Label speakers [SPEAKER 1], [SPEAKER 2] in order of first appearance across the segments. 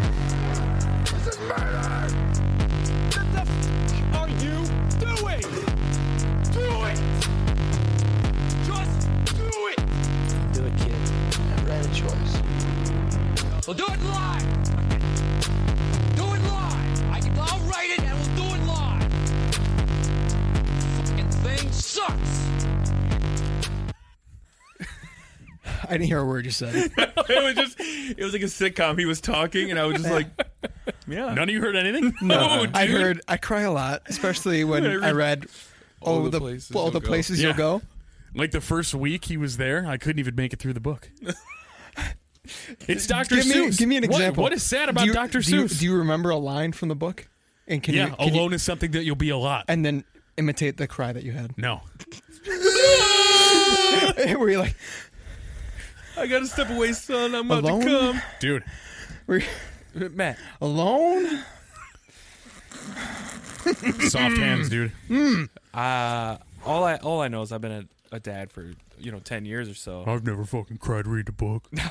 [SPEAKER 1] This is murder! What the f- are you doing? Do it! Just do it!
[SPEAKER 2] Do it, kid.
[SPEAKER 3] Never had a choice.
[SPEAKER 1] We'll do it live! Do it live! I can, I'll write it and we'll do it live! Fucking thing sucks!
[SPEAKER 4] I didn't hear a word you said.
[SPEAKER 5] it was just it was like a sitcom. He was talking, and I was just like,
[SPEAKER 2] Yeah.
[SPEAKER 5] none of you heard anything. Oh, No,
[SPEAKER 4] I heard I cry a lot, especially when
[SPEAKER 5] I read
[SPEAKER 4] I read all,
[SPEAKER 5] the
[SPEAKER 4] the
[SPEAKER 5] places
[SPEAKER 4] all
[SPEAKER 5] you'll
[SPEAKER 4] the
[SPEAKER 5] go.
[SPEAKER 4] places you'll
[SPEAKER 5] Yeah.
[SPEAKER 4] go.
[SPEAKER 5] like the first week he was there, I couldn't even make it through the book. It's Doctor
[SPEAKER 4] Give me
[SPEAKER 5] Seuss.
[SPEAKER 4] give me an
[SPEAKER 5] What-
[SPEAKER 4] example.
[SPEAKER 5] what is sad
[SPEAKER 4] Do
[SPEAKER 5] about
[SPEAKER 4] you-
[SPEAKER 5] Doctor
[SPEAKER 4] do you-
[SPEAKER 5] Seuss?
[SPEAKER 4] Do you remember a line from the book? And can
[SPEAKER 5] yeah,
[SPEAKER 4] you, can you-
[SPEAKER 5] alone is something that you'll be a lot.
[SPEAKER 4] and then imitate the cry that you had.
[SPEAKER 5] no,
[SPEAKER 4] were you like
[SPEAKER 2] I gotta step away, son. I'm
[SPEAKER 4] about to Alone?
[SPEAKER 5] dude,
[SPEAKER 4] were you
[SPEAKER 2] come. Matt,
[SPEAKER 4] alone?
[SPEAKER 5] soft hands, dude.
[SPEAKER 2] uh, all I all I know is I've been a, a dad for you know ten years or so.
[SPEAKER 5] I've never fucking cried read a book.
[SPEAKER 2] Oh,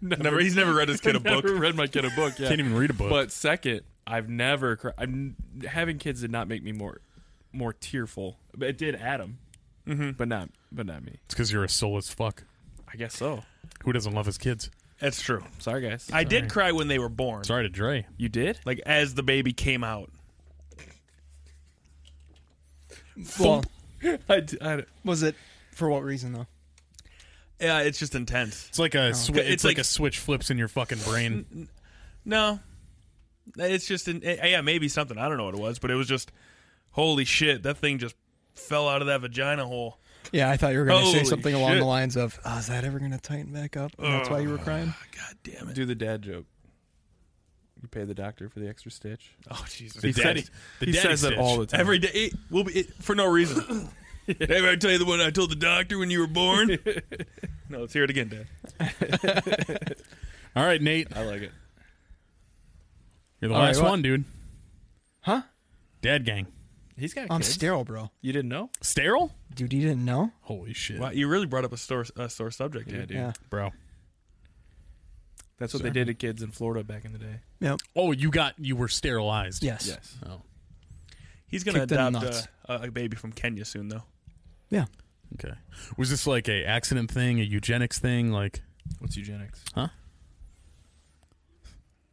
[SPEAKER 2] Never,
[SPEAKER 5] he's never read his kid a
[SPEAKER 2] never read my kid a book. Yeah.
[SPEAKER 5] Can't even read a book.
[SPEAKER 2] But second, I've never cried. I'm having kids did not make me more more tearful. But It did Adam, mm-hmm. but not but not me.
[SPEAKER 5] it's because you're a soulless fuck
[SPEAKER 2] I guess so.
[SPEAKER 5] who doesn't love his kids.
[SPEAKER 6] That's true.
[SPEAKER 2] Sorry, guys.
[SPEAKER 6] I did cry when they were born.
[SPEAKER 5] Sorry to Dre.
[SPEAKER 2] you did.
[SPEAKER 6] Like as the baby came out.
[SPEAKER 4] Well,
[SPEAKER 2] I, d- I d-
[SPEAKER 4] was it for what reason though?
[SPEAKER 6] Yeah, it's just intense.
[SPEAKER 5] It's like a swi- it's,
[SPEAKER 6] It's
[SPEAKER 5] like,
[SPEAKER 6] like-
[SPEAKER 5] a switch flips in your fucking brain.
[SPEAKER 6] No, it's just an, eh, yeah, maybe something. I don't know what it was, but it was just holy shit. That thing just fell out of that vagina hole.
[SPEAKER 4] Yeah, I thought you were going to say
[SPEAKER 6] Holy
[SPEAKER 4] something along the
[SPEAKER 6] shit.
[SPEAKER 4] lines of, oh, "Is that ever going to tighten back up?" And that's why you were crying.
[SPEAKER 6] God damn it!
[SPEAKER 2] do the dad joke. You pay the doctor for the extra stitch.
[SPEAKER 6] Oh Jesus!
[SPEAKER 5] The
[SPEAKER 2] said
[SPEAKER 5] daddy,
[SPEAKER 2] it-
[SPEAKER 5] the
[SPEAKER 2] he
[SPEAKER 5] daddy
[SPEAKER 2] says that
[SPEAKER 5] stitch.
[SPEAKER 2] all the time.
[SPEAKER 6] Every day it will be it, for no reason. Did I tell you the one I told the doctor when you were born? no, let's hear it again, Dad.
[SPEAKER 5] All right, Nate,
[SPEAKER 2] I like it.
[SPEAKER 5] you're the
[SPEAKER 4] All right,
[SPEAKER 5] last
[SPEAKER 4] what-
[SPEAKER 5] one, dude.
[SPEAKER 4] Huh?
[SPEAKER 5] Dad gang.
[SPEAKER 2] He's got.
[SPEAKER 4] I'm
[SPEAKER 2] kids.
[SPEAKER 4] sterile, bro.
[SPEAKER 2] You didn't know?
[SPEAKER 5] Sterile?
[SPEAKER 4] Dude, you didn't know?
[SPEAKER 5] Holy shit,
[SPEAKER 6] Wow, you really brought up a sore a sore subject, dude.
[SPEAKER 4] Yeah.
[SPEAKER 5] bro.
[SPEAKER 2] That's what they did to kids in Florida back in the day.
[SPEAKER 4] Yep.
[SPEAKER 5] Oh, you got you were sterilized.
[SPEAKER 4] Yes.
[SPEAKER 2] Yes.
[SPEAKER 5] Oh,
[SPEAKER 6] He's gonna
[SPEAKER 4] Kick the
[SPEAKER 6] adopt
[SPEAKER 4] nuts.
[SPEAKER 6] a, a baby from Kenya soon, though.
[SPEAKER 4] Yeah.
[SPEAKER 5] okay. Was this like a accident thing, a eugenics thing? Like,
[SPEAKER 2] What's eugenics?
[SPEAKER 5] Huh?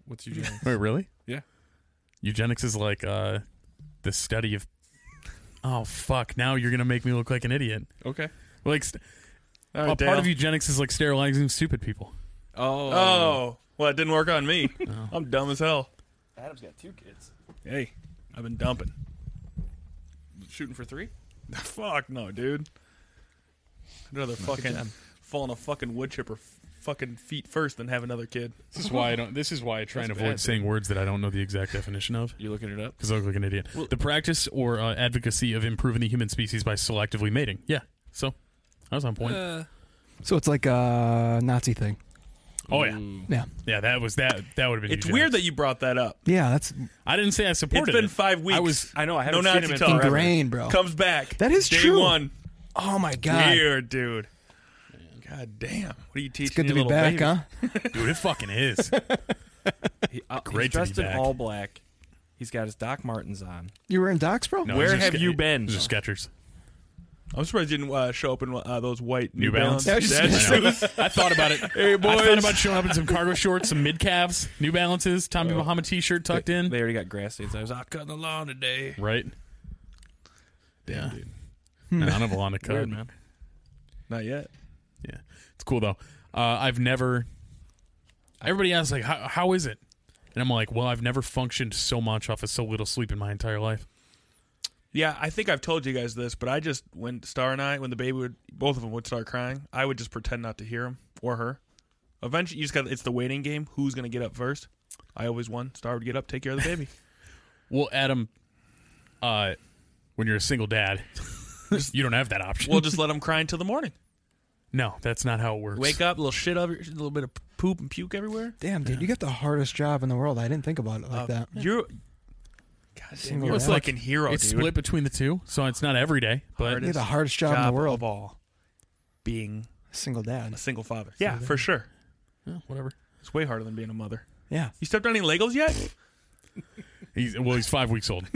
[SPEAKER 2] What's eugenics?
[SPEAKER 5] wait, really?
[SPEAKER 2] Yeah.
[SPEAKER 5] Eugenics is like uh, the study of. Oh fuck! Now you're gonna make me look like an idiot.
[SPEAKER 2] okay.
[SPEAKER 5] Like, st-
[SPEAKER 6] All
[SPEAKER 5] a
[SPEAKER 6] right,
[SPEAKER 5] part
[SPEAKER 6] Dale.
[SPEAKER 5] of eugenics is like sterilizing stupid people.
[SPEAKER 2] Oh.
[SPEAKER 6] Oh, well, it didn't work on me. I'm dumb as hell.
[SPEAKER 2] Adam's got two kids.
[SPEAKER 6] Hey, I've been dumping.
[SPEAKER 2] Shooting for three?
[SPEAKER 6] Fuck no, dude. I'd rather fucking fall on a fucking wood chipper, f- fucking feet first, than have another kid.
[SPEAKER 5] This is why I don't. This is why I try and
[SPEAKER 2] That's
[SPEAKER 5] avoid
[SPEAKER 2] bad,
[SPEAKER 5] saying words that I don't know the exact definition of.
[SPEAKER 2] You looking it up?
[SPEAKER 5] Because I look like an idiot. the practice or uh, advocacy of improving the human species by selectively mating. Yeah. So, I was on point.
[SPEAKER 6] Uh,
[SPEAKER 4] So it's like a Nazi thing.
[SPEAKER 5] oh yeah,
[SPEAKER 4] Yeah.
[SPEAKER 5] yeah. That was that. That would have been.
[SPEAKER 6] hmm. It's
[SPEAKER 5] eugenics.
[SPEAKER 6] weird that you brought that up.
[SPEAKER 4] Yeah, that's
[SPEAKER 5] I didn't say I supported.
[SPEAKER 6] It's been
[SPEAKER 5] it.
[SPEAKER 6] five weeks.
[SPEAKER 5] I was.
[SPEAKER 2] I know. I
[SPEAKER 6] no
[SPEAKER 2] haven't seen
[SPEAKER 6] Nazi
[SPEAKER 2] him
[SPEAKER 5] Oh,
[SPEAKER 2] in
[SPEAKER 6] talk.
[SPEAKER 2] forever.
[SPEAKER 4] ingrained, bro.
[SPEAKER 6] Comes back.
[SPEAKER 4] That is
[SPEAKER 6] Day
[SPEAKER 4] true.
[SPEAKER 6] one.
[SPEAKER 4] Oh my god.
[SPEAKER 6] Weird, dude. God damn. What are you teaching?
[SPEAKER 4] Good to
[SPEAKER 6] your
[SPEAKER 4] be
[SPEAKER 6] little
[SPEAKER 4] back,
[SPEAKER 6] baby?
[SPEAKER 4] huh?
[SPEAKER 5] Dude, it fucking is.
[SPEAKER 2] He,
[SPEAKER 5] Great
[SPEAKER 2] uh, he's
[SPEAKER 5] to be
[SPEAKER 2] dressed in
[SPEAKER 5] back.
[SPEAKER 2] all black. He's got his Doc Martens on.
[SPEAKER 4] You were in Docs, bro?
[SPEAKER 5] No,
[SPEAKER 2] Where
[SPEAKER 5] it's just
[SPEAKER 2] have
[SPEAKER 5] Ske-
[SPEAKER 2] you been?
[SPEAKER 5] It's just Skechers.
[SPEAKER 6] I'm surprised you didn't uh, show up in uh, those white
[SPEAKER 5] New Balance.
[SPEAKER 6] That's
[SPEAKER 5] I, know. I thought about it.
[SPEAKER 6] Hey,
[SPEAKER 5] I thought
[SPEAKER 6] boys.
[SPEAKER 5] about showing up in some cargo shorts, some mid calves, New Balances, Tommy Bahama t-shirt tucked in.
[SPEAKER 2] They already got grass stains. I was out cutting the lawn today.
[SPEAKER 5] right. yeah. No, I don't have a lot to cut.
[SPEAKER 2] Weird, man.
[SPEAKER 6] not yet.
[SPEAKER 5] Yeah, it's cool though. Uh, I've never. Everybody asks like, how, "How is it?" And I'm like, "Well, I've never functioned so much off of so little sleep in my entire life."
[SPEAKER 6] Yeah, I think I've told you guys this, but I just when Star and I, when the baby would, both of them would start crying, I would just pretend not to hear him or her. Eventually, you just got it's the waiting game. Who's gonna get up first? I always won. Star would get up, take care of the baby.
[SPEAKER 5] Well, Adam, uh, when you're a single dad, you don't have that option.
[SPEAKER 6] we'll just let him cry until the morning.
[SPEAKER 5] no, that's not how it works.
[SPEAKER 6] Wake up, little shit up, a little bit of poop and puke everywhere.
[SPEAKER 4] Damn, dude, you got the hardest job in the world. I didn't think about it like that.
[SPEAKER 6] You're, God, damn,
[SPEAKER 4] Single
[SPEAKER 6] you're a
[SPEAKER 4] dad.
[SPEAKER 6] fucking hero,
[SPEAKER 5] Uh, It's
[SPEAKER 6] dude.
[SPEAKER 5] split between the two, so it's not every day. But
[SPEAKER 4] You're
[SPEAKER 6] Hardest
[SPEAKER 4] the hardest job, in the
[SPEAKER 6] job
[SPEAKER 4] world.
[SPEAKER 6] of all, being
[SPEAKER 4] Single dad.
[SPEAKER 6] a single father. Yeah, for sure.
[SPEAKER 5] Yeah, whatever.
[SPEAKER 6] It's way harder than being a mother.
[SPEAKER 4] Yeah.
[SPEAKER 6] You stepped on any Legos yet?
[SPEAKER 5] He's, well, he's five weeks old.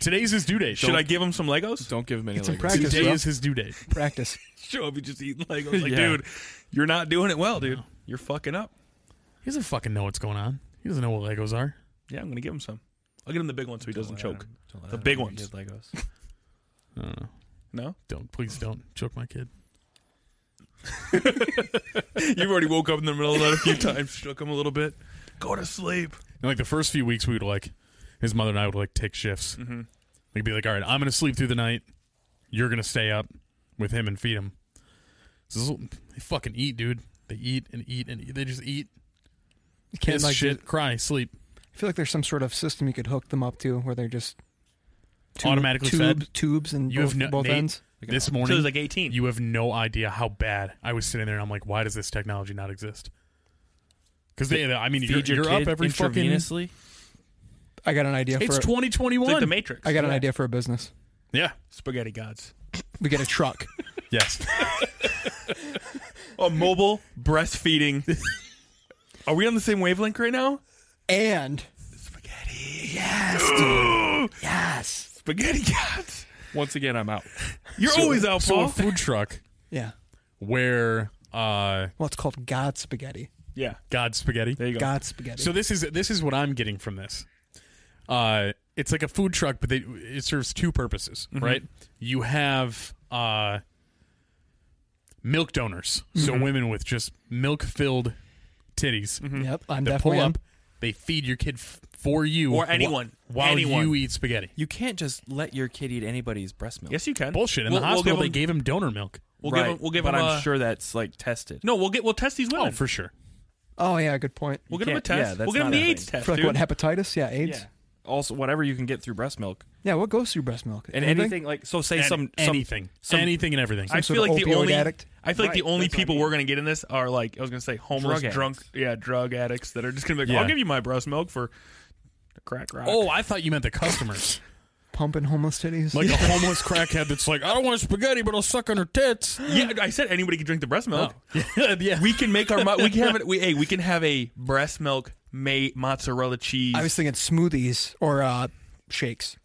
[SPEAKER 5] Today's his due date.
[SPEAKER 6] Should I give him some Legos?
[SPEAKER 2] Don't give him any.
[SPEAKER 4] Get some
[SPEAKER 2] Legos.
[SPEAKER 4] practice.
[SPEAKER 5] Today
[SPEAKER 4] bro.
[SPEAKER 5] is his due date.
[SPEAKER 4] Practice.
[SPEAKER 6] Show up, you just eating Legos. Like,
[SPEAKER 2] Yeah.
[SPEAKER 6] dude, you're not doing it well, dude. You're fucking up.
[SPEAKER 5] He doesn't fucking know what's going on. He doesn't know what Legos are.
[SPEAKER 6] Yeah, I'm gonna give him some. I'll get him the big one so he doesn't
[SPEAKER 2] Don't let
[SPEAKER 6] choke.
[SPEAKER 2] him- don't let
[SPEAKER 6] The
[SPEAKER 2] him
[SPEAKER 6] big
[SPEAKER 2] get
[SPEAKER 6] ones.
[SPEAKER 2] Legos.
[SPEAKER 5] I don't know.
[SPEAKER 6] No,
[SPEAKER 5] Don't please don't choke my kid.
[SPEAKER 6] you've already woke up in the middle of that a few times, shook him a little bit. Go to sleep.
[SPEAKER 5] And, like the first few weeks, we would like his mother and I would like take shifts. Mm-hmm. We'd be like, "All right, I'm gonna sleep through the night. You're gonna stay up with him and feed him." So this little- they fucking eat, dude. They eat and eat and eat. they just eat,
[SPEAKER 4] You
[SPEAKER 5] kiss,
[SPEAKER 4] can't like.
[SPEAKER 5] shit, cry, sleep.
[SPEAKER 4] I feel like there's some sort of system you could hook them up to where they're just tube-
[SPEAKER 5] Automatically
[SPEAKER 4] tube,
[SPEAKER 5] fed?
[SPEAKER 4] tubes and
[SPEAKER 5] You
[SPEAKER 4] both,
[SPEAKER 5] have no,
[SPEAKER 4] both
[SPEAKER 5] Nate,
[SPEAKER 4] ends.
[SPEAKER 5] This
[SPEAKER 6] So
[SPEAKER 5] morning,
[SPEAKER 6] he's like 18.
[SPEAKER 5] you have no idea how bad I was sitting there, and I'm like, "Why does this technology not exist?" Because they, I mean, you're,
[SPEAKER 2] Feed your
[SPEAKER 5] you're up
[SPEAKER 2] kid
[SPEAKER 5] every fucking. It's
[SPEAKER 2] intravenously.
[SPEAKER 4] I got an idea for. a-
[SPEAKER 5] 2021.
[SPEAKER 6] it's like the Matrix.
[SPEAKER 4] I got an
[SPEAKER 6] Yeah.
[SPEAKER 4] idea for a business.
[SPEAKER 5] yeah.
[SPEAKER 6] Spaghetti gods.
[SPEAKER 4] We get a truck.
[SPEAKER 5] Yes.
[SPEAKER 6] A mobile breastfeeding. Are we on the same wavelength right now?
[SPEAKER 4] and
[SPEAKER 6] Spaghetti. Yes. Dude.
[SPEAKER 4] yes,
[SPEAKER 6] Spaghetti gods.
[SPEAKER 2] Once again, I'm out.
[SPEAKER 6] You're always out,
[SPEAKER 5] so a
[SPEAKER 6] Paul.
[SPEAKER 5] food truck
[SPEAKER 4] yeah.
[SPEAKER 5] where uh
[SPEAKER 4] Well, it's called God spaghetti.
[SPEAKER 6] yeah.
[SPEAKER 5] God spaghetti.
[SPEAKER 6] There you go.
[SPEAKER 4] God spaghetti.
[SPEAKER 5] So this is this is what I'm getting from this. Uh, it's like a food truck, but they, it serves two purposes,
[SPEAKER 6] Mm-hmm.
[SPEAKER 5] right? You have uh, milk donors, so
[SPEAKER 6] Mm-hmm.
[SPEAKER 5] women with just milk filled titties
[SPEAKER 4] yep, I'm
[SPEAKER 5] that
[SPEAKER 4] definitely
[SPEAKER 5] pull
[SPEAKER 4] up.
[SPEAKER 5] up. They feed your kid f- for you
[SPEAKER 6] Or
[SPEAKER 5] wh-
[SPEAKER 6] anyone.
[SPEAKER 5] while
[SPEAKER 6] Anyone.
[SPEAKER 5] you eat spaghetti.
[SPEAKER 2] You can't just let your kid eat anybody's breast milk.
[SPEAKER 6] Yes, you can.
[SPEAKER 5] Bullshit. In
[SPEAKER 6] We'll-
[SPEAKER 5] the
[SPEAKER 6] we'll give
[SPEAKER 5] hospital, they
[SPEAKER 6] him-
[SPEAKER 5] gave him donor milk.
[SPEAKER 6] We'll
[SPEAKER 2] right.
[SPEAKER 6] give him. We'll give
[SPEAKER 2] but
[SPEAKER 6] him.
[SPEAKER 2] I'm
[SPEAKER 6] a-
[SPEAKER 2] sure that's like tested.
[SPEAKER 6] No, we'll get. We'll test these women.
[SPEAKER 5] Oh, for sure.
[SPEAKER 4] Oh yeah, good point.
[SPEAKER 6] we'll
[SPEAKER 2] You
[SPEAKER 6] get him a
[SPEAKER 2] can't- yeah,
[SPEAKER 6] test.
[SPEAKER 2] that's
[SPEAKER 6] we'll get him
[SPEAKER 2] not
[SPEAKER 6] the
[SPEAKER 2] a
[SPEAKER 6] AIDS
[SPEAKER 2] thing.
[SPEAKER 6] test.
[SPEAKER 4] For like
[SPEAKER 6] dude.
[SPEAKER 4] what hepatitis? Yeah, AIDS.
[SPEAKER 6] Yeah.
[SPEAKER 2] Also, whatever you can get through breast milk
[SPEAKER 4] Yeah, what goes through breast milk?
[SPEAKER 2] and anything, like so. Say
[SPEAKER 5] And
[SPEAKER 2] some
[SPEAKER 5] anything,
[SPEAKER 2] some-
[SPEAKER 5] anything, and everything.
[SPEAKER 6] I
[SPEAKER 4] Some
[SPEAKER 6] feel
[SPEAKER 4] sort
[SPEAKER 6] like
[SPEAKER 4] of
[SPEAKER 6] the
[SPEAKER 4] opioid
[SPEAKER 6] only
[SPEAKER 4] addict?
[SPEAKER 6] I feel like
[SPEAKER 2] Right,
[SPEAKER 6] the only
[SPEAKER 2] that's what I
[SPEAKER 6] people
[SPEAKER 2] mean.
[SPEAKER 6] we're gonna get in this are like I was gonna say homeless,
[SPEAKER 2] Drug
[SPEAKER 6] drunk,
[SPEAKER 2] addicts.
[SPEAKER 6] yeah, drug addicts that are just gonna be like,
[SPEAKER 5] Yeah.
[SPEAKER 6] I'll give you my breast milk for a crack rock.
[SPEAKER 5] oh, I thought you meant the customers.
[SPEAKER 4] pumping homeless titties.
[SPEAKER 5] like a homeless crackhead that's like, I don't want spaghetti, but I'll suck on her tits.
[SPEAKER 6] yeah, I said anybody can drink the breast milk.
[SPEAKER 2] Oh.
[SPEAKER 5] yeah, yeah.
[SPEAKER 6] We can make our mo- we can have it. We, hey, we can have a breast milk may mozzarella cheese.
[SPEAKER 4] I was thinking smoothies or uh, shakes.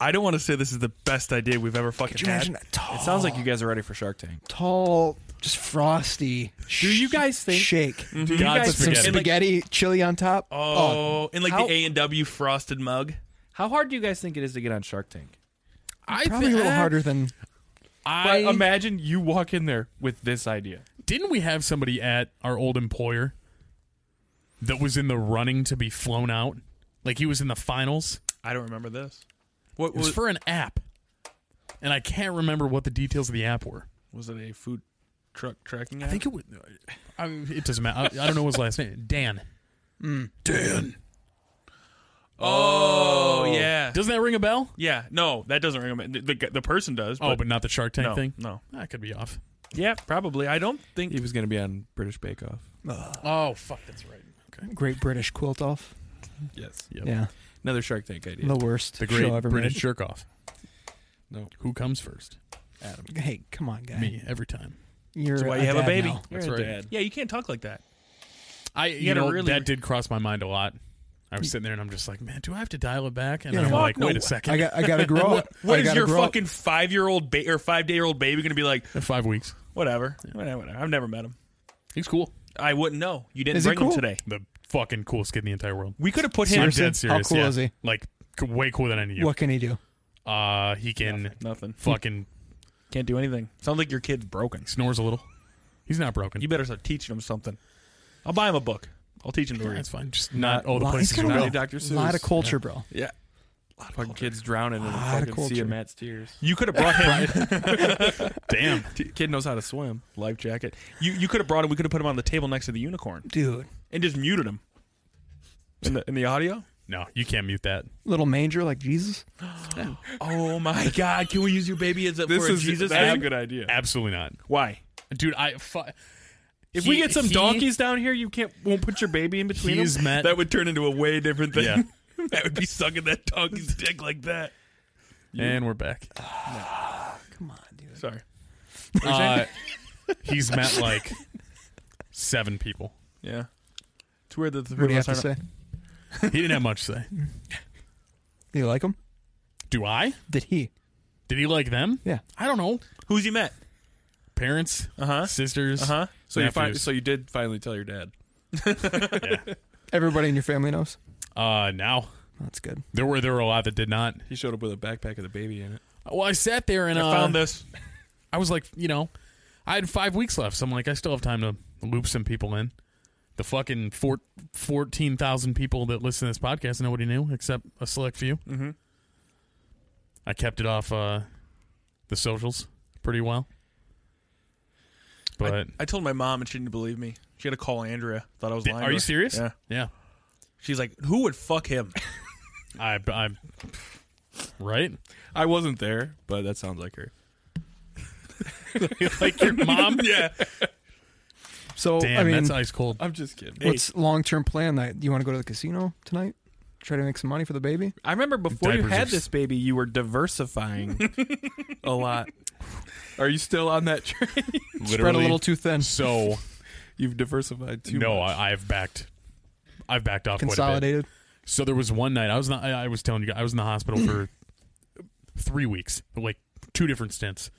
[SPEAKER 6] I don't want to say this is the best idea we've ever fucking
[SPEAKER 4] Could you imagine
[SPEAKER 6] had.
[SPEAKER 4] a tall?
[SPEAKER 2] It sounds like you guys are ready for Shark Tank.
[SPEAKER 4] tall, just frosty. Do
[SPEAKER 2] you guys think-
[SPEAKER 4] shake?
[SPEAKER 2] Do
[SPEAKER 5] God,
[SPEAKER 2] you guys
[SPEAKER 4] Some
[SPEAKER 5] Mm-hmm. spaghetti.
[SPEAKER 2] And, like,
[SPEAKER 4] spaghetti, chili on top.
[SPEAKER 6] Oh, and like
[SPEAKER 2] How-
[SPEAKER 6] the A and W frosted mug.
[SPEAKER 2] how hard do you guys think it is to get on Shark Tank?
[SPEAKER 5] I
[SPEAKER 4] probably
[SPEAKER 5] thi-
[SPEAKER 4] a little
[SPEAKER 5] eh,
[SPEAKER 4] harder than
[SPEAKER 5] I
[SPEAKER 2] But imagine you walk in there with this idea.
[SPEAKER 5] didn't we have somebody at our old employer that was in the running to be flown out? Like he was in the finals.
[SPEAKER 6] I don't remember this. What
[SPEAKER 5] It was
[SPEAKER 6] was
[SPEAKER 5] for an app, and I can't remember what the details of the app were.
[SPEAKER 6] was it a food truck tracking?
[SPEAKER 5] I think it was. I, it doesn't matter. I, I don't know his last name. Dan. Dan.
[SPEAKER 6] Oh yeah.
[SPEAKER 5] Doesn't that ring a bell?
[SPEAKER 6] Yeah, no, that doesn't ring a bell. The, the, the person does. But
[SPEAKER 5] Oh, but not the Shark Tank
[SPEAKER 6] no,
[SPEAKER 5] thing.
[SPEAKER 6] no.
[SPEAKER 5] That could be off.
[SPEAKER 6] Yeah, probably. I don't think.
[SPEAKER 2] He was going to be on British Bake Off.
[SPEAKER 5] Oh fuck, that's right. Okay.
[SPEAKER 4] Great British Quilt Off.
[SPEAKER 2] Yes,
[SPEAKER 5] Yep.
[SPEAKER 4] Yeah,
[SPEAKER 2] another Shark Tank idea.
[SPEAKER 4] the worst
[SPEAKER 5] The great
[SPEAKER 4] show ever
[SPEAKER 5] British jerk off.
[SPEAKER 2] No.
[SPEAKER 5] Who comes first?
[SPEAKER 2] Adam,
[SPEAKER 4] made. Hey, come on, guy.
[SPEAKER 5] Me every time.
[SPEAKER 4] You're
[SPEAKER 6] That's why
[SPEAKER 4] a
[SPEAKER 6] you have a
[SPEAKER 4] dad
[SPEAKER 6] baby.
[SPEAKER 4] now.
[SPEAKER 5] That's
[SPEAKER 2] you're a
[SPEAKER 5] right.
[SPEAKER 2] dad.
[SPEAKER 6] Yeah, you can't talk like that.
[SPEAKER 5] I you,
[SPEAKER 6] You gotta
[SPEAKER 5] know
[SPEAKER 6] really-
[SPEAKER 5] that did cross my mind a lot. I was sitting there and I'm just like, man, do I have to dial it back? And
[SPEAKER 4] Yeah.
[SPEAKER 5] I'm
[SPEAKER 4] Fuck
[SPEAKER 5] like, wait
[SPEAKER 6] no.
[SPEAKER 5] a second,
[SPEAKER 4] I got. I gotta grow up. I
[SPEAKER 6] What is
[SPEAKER 4] gotta
[SPEAKER 6] your
[SPEAKER 4] grow up.
[SPEAKER 6] fucking five year old ba- or five day old baby going to be like?
[SPEAKER 5] In five weeks.
[SPEAKER 6] Whatever, whatever, whatever. I've never met him.
[SPEAKER 5] He's cool.
[SPEAKER 6] I wouldn't know. You didn't
[SPEAKER 4] Is he
[SPEAKER 6] bring
[SPEAKER 4] cool?
[SPEAKER 6] him today.
[SPEAKER 5] The fucking coolest kid in the entire world.
[SPEAKER 6] We could have put him.
[SPEAKER 5] I'm
[SPEAKER 4] Seriously?
[SPEAKER 5] dead serious.
[SPEAKER 4] How cool
[SPEAKER 5] yeah.
[SPEAKER 4] is he?
[SPEAKER 5] Like c- way cooler than any of you.
[SPEAKER 4] What can he do?
[SPEAKER 5] Uh, he can
[SPEAKER 6] Nothing.
[SPEAKER 5] fucking
[SPEAKER 6] Can't do anything. Sounds like your kid's broken.
[SPEAKER 5] snores a little. He's not broken.
[SPEAKER 6] You better start teaching him something. I'll buy him a book. I'll teach him to
[SPEAKER 5] Yeah,
[SPEAKER 6] read.
[SPEAKER 5] That's fine. Just not all the
[SPEAKER 4] Lot- he's
[SPEAKER 5] places.
[SPEAKER 4] got
[SPEAKER 5] we
[SPEAKER 4] a
[SPEAKER 5] went.
[SPEAKER 4] lot,
[SPEAKER 2] Dr.
[SPEAKER 4] A lot of
[SPEAKER 2] Seuss.
[SPEAKER 4] culture, bro.
[SPEAKER 6] Yeah.
[SPEAKER 2] fucking kids drowning in Ah, the
[SPEAKER 4] Lot of
[SPEAKER 2] fucking sea
[SPEAKER 4] culture.
[SPEAKER 2] of Matt's tears.
[SPEAKER 6] You could have brought him
[SPEAKER 5] Damn.
[SPEAKER 2] Kid knows how to swim.
[SPEAKER 6] life jacket. You you could have brought him. We could have put him on the table next to the unicorn
[SPEAKER 4] Dude,
[SPEAKER 6] and just muted him. In the in the audio.
[SPEAKER 5] No, you can't mute that.
[SPEAKER 4] little manger like Jesus.
[SPEAKER 6] Oh my God! Can we use your baby as a
[SPEAKER 2] This
[SPEAKER 6] for
[SPEAKER 2] is
[SPEAKER 6] a Jesus?
[SPEAKER 2] that's
[SPEAKER 6] thing?
[SPEAKER 2] a good idea.
[SPEAKER 5] Absolutely not,
[SPEAKER 6] Why?
[SPEAKER 5] dude. I. Fu-
[SPEAKER 2] If
[SPEAKER 5] He-
[SPEAKER 2] we get some
[SPEAKER 5] he-
[SPEAKER 2] donkeys down here, you can't won't put your baby in between
[SPEAKER 5] he's
[SPEAKER 2] them.
[SPEAKER 5] met.
[SPEAKER 6] That would turn into a way different thing.
[SPEAKER 5] Yeah.
[SPEAKER 6] that would be sucking that donkey's dick like that.
[SPEAKER 5] and we're back.
[SPEAKER 4] Come on, dude.
[SPEAKER 6] Sorry.
[SPEAKER 5] Uh, he's met like seven people.
[SPEAKER 6] Yeah. It's weird that the
[SPEAKER 4] What
[SPEAKER 6] three
[SPEAKER 4] do you
[SPEAKER 6] of
[SPEAKER 4] have to
[SPEAKER 6] us aren't.
[SPEAKER 4] say?
[SPEAKER 5] He didn't have much to say.
[SPEAKER 4] Do you like him?
[SPEAKER 5] Do I?
[SPEAKER 4] Did he?
[SPEAKER 5] Did he like them?
[SPEAKER 4] Yeah.
[SPEAKER 5] I don't know.
[SPEAKER 6] Who's he met?
[SPEAKER 5] Parents,
[SPEAKER 6] Uh huh.
[SPEAKER 5] sisters.
[SPEAKER 6] Uh huh.
[SPEAKER 2] So you, fi-
[SPEAKER 5] Nephews.
[SPEAKER 2] so you did finally tell your dad.
[SPEAKER 4] Everybody in your family knows.
[SPEAKER 5] Uh, now
[SPEAKER 4] That's good.
[SPEAKER 5] there were there were a lot that did not.
[SPEAKER 2] He showed up with a backpack with a baby in it.
[SPEAKER 5] Well, I sat there and
[SPEAKER 6] I
[SPEAKER 5] uh,
[SPEAKER 6] found this.
[SPEAKER 5] I was like, you know, I had five weeks left, so I'm like, I still have time to loop some people in. The fucking four, 14,000 people that listen to this podcast, nobody knew except a select few.
[SPEAKER 6] Mm-hmm.
[SPEAKER 5] I kept it off uh, the socials pretty well. But
[SPEAKER 6] I told my mom and she didn't believe me. She had to call Andrea. Thought I was
[SPEAKER 5] Th-
[SPEAKER 6] lying.
[SPEAKER 5] are
[SPEAKER 6] to
[SPEAKER 5] you
[SPEAKER 6] her.
[SPEAKER 5] serious?
[SPEAKER 6] Yeah.
[SPEAKER 5] yeah,
[SPEAKER 6] She's like, who would fuck him?
[SPEAKER 5] I, I, right?
[SPEAKER 2] I wasn't there, but that sounds like her.
[SPEAKER 5] like your mom?
[SPEAKER 6] yeah.
[SPEAKER 4] So
[SPEAKER 5] Damn,
[SPEAKER 4] I mean,
[SPEAKER 5] that's ice cold.
[SPEAKER 2] I'm just kidding.
[SPEAKER 4] what's long term plan? That you want to go to the casino tonight? Try to make some money for the baby.
[SPEAKER 2] I remember before you
[SPEAKER 5] Diapers are
[SPEAKER 2] had
[SPEAKER 5] s-
[SPEAKER 2] this baby, you were diversifying a lot. Are you still on that train?
[SPEAKER 4] Spread a little too thin.
[SPEAKER 5] So
[SPEAKER 2] You've diversified too
[SPEAKER 5] no,
[SPEAKER 2] much.
[SPEAKER 5] I, I've backed, I've backed off. Quite a bit.
[SPEAKER 4] Consolidated.
[SPEAKER 5] So there was one night I was not. I, I was telling you, I was in the hospital for three weeks, like two different stints.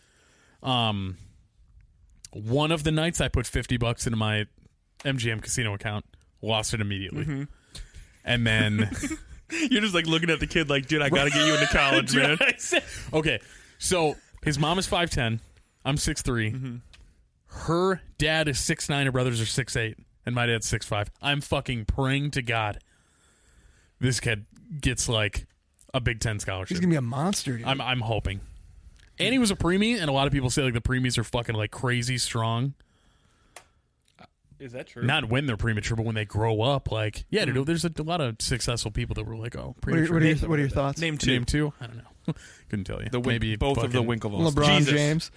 [SPEAKER 5] Um, one of the nights I put fifty bucks into my MGM casino account, lost it immediately,
[SPEAKER 4] Mm-hmm.
[SPEAKER 5] and then
[SPEAKER 6] You're just like looking at the kid like, dude, I got to get you into college, man.
[SPEAKER 5] okay, so his mom is five ten, I'm six Her dad is six nine. Her brothers are six eight, and my dad's six five. I'm fucking praying to God this kid gets like a Big Ten scholarship.
[SPEAKER 4] He's gonna be a monster. Dude.
[SPEAKER 5] I'm I'm hoping. And he was a preemie, and a lot of people say like the preemies are fucking like crazy strong.
[SPEAKER 2] Is that true?
[SPEAKER 5] Not when they're premature, but when they grow up, like yeah, dude, there's a, lot of successful people that were like, oh,
[SPEAKER 4] What are,
[SPEAKER 5] premature.
[SPEAKER 4] your, what, are your, what are your thoughts?
[SPEAKER 6] Name two.
[SPEAKER 5] Name two? I don't know. Couldn't tell you.
[SPEAKER 2] the Win-
[SPEAKER 5] maybe
[SPEAKER 2] both of the
[SPEAKER 5] fucking
[SPEAKER 2] Winklevoss.
[SPEAKER 4] LeBron
[SPEAKER 6] Jesus.
[SPEAKER 4] James.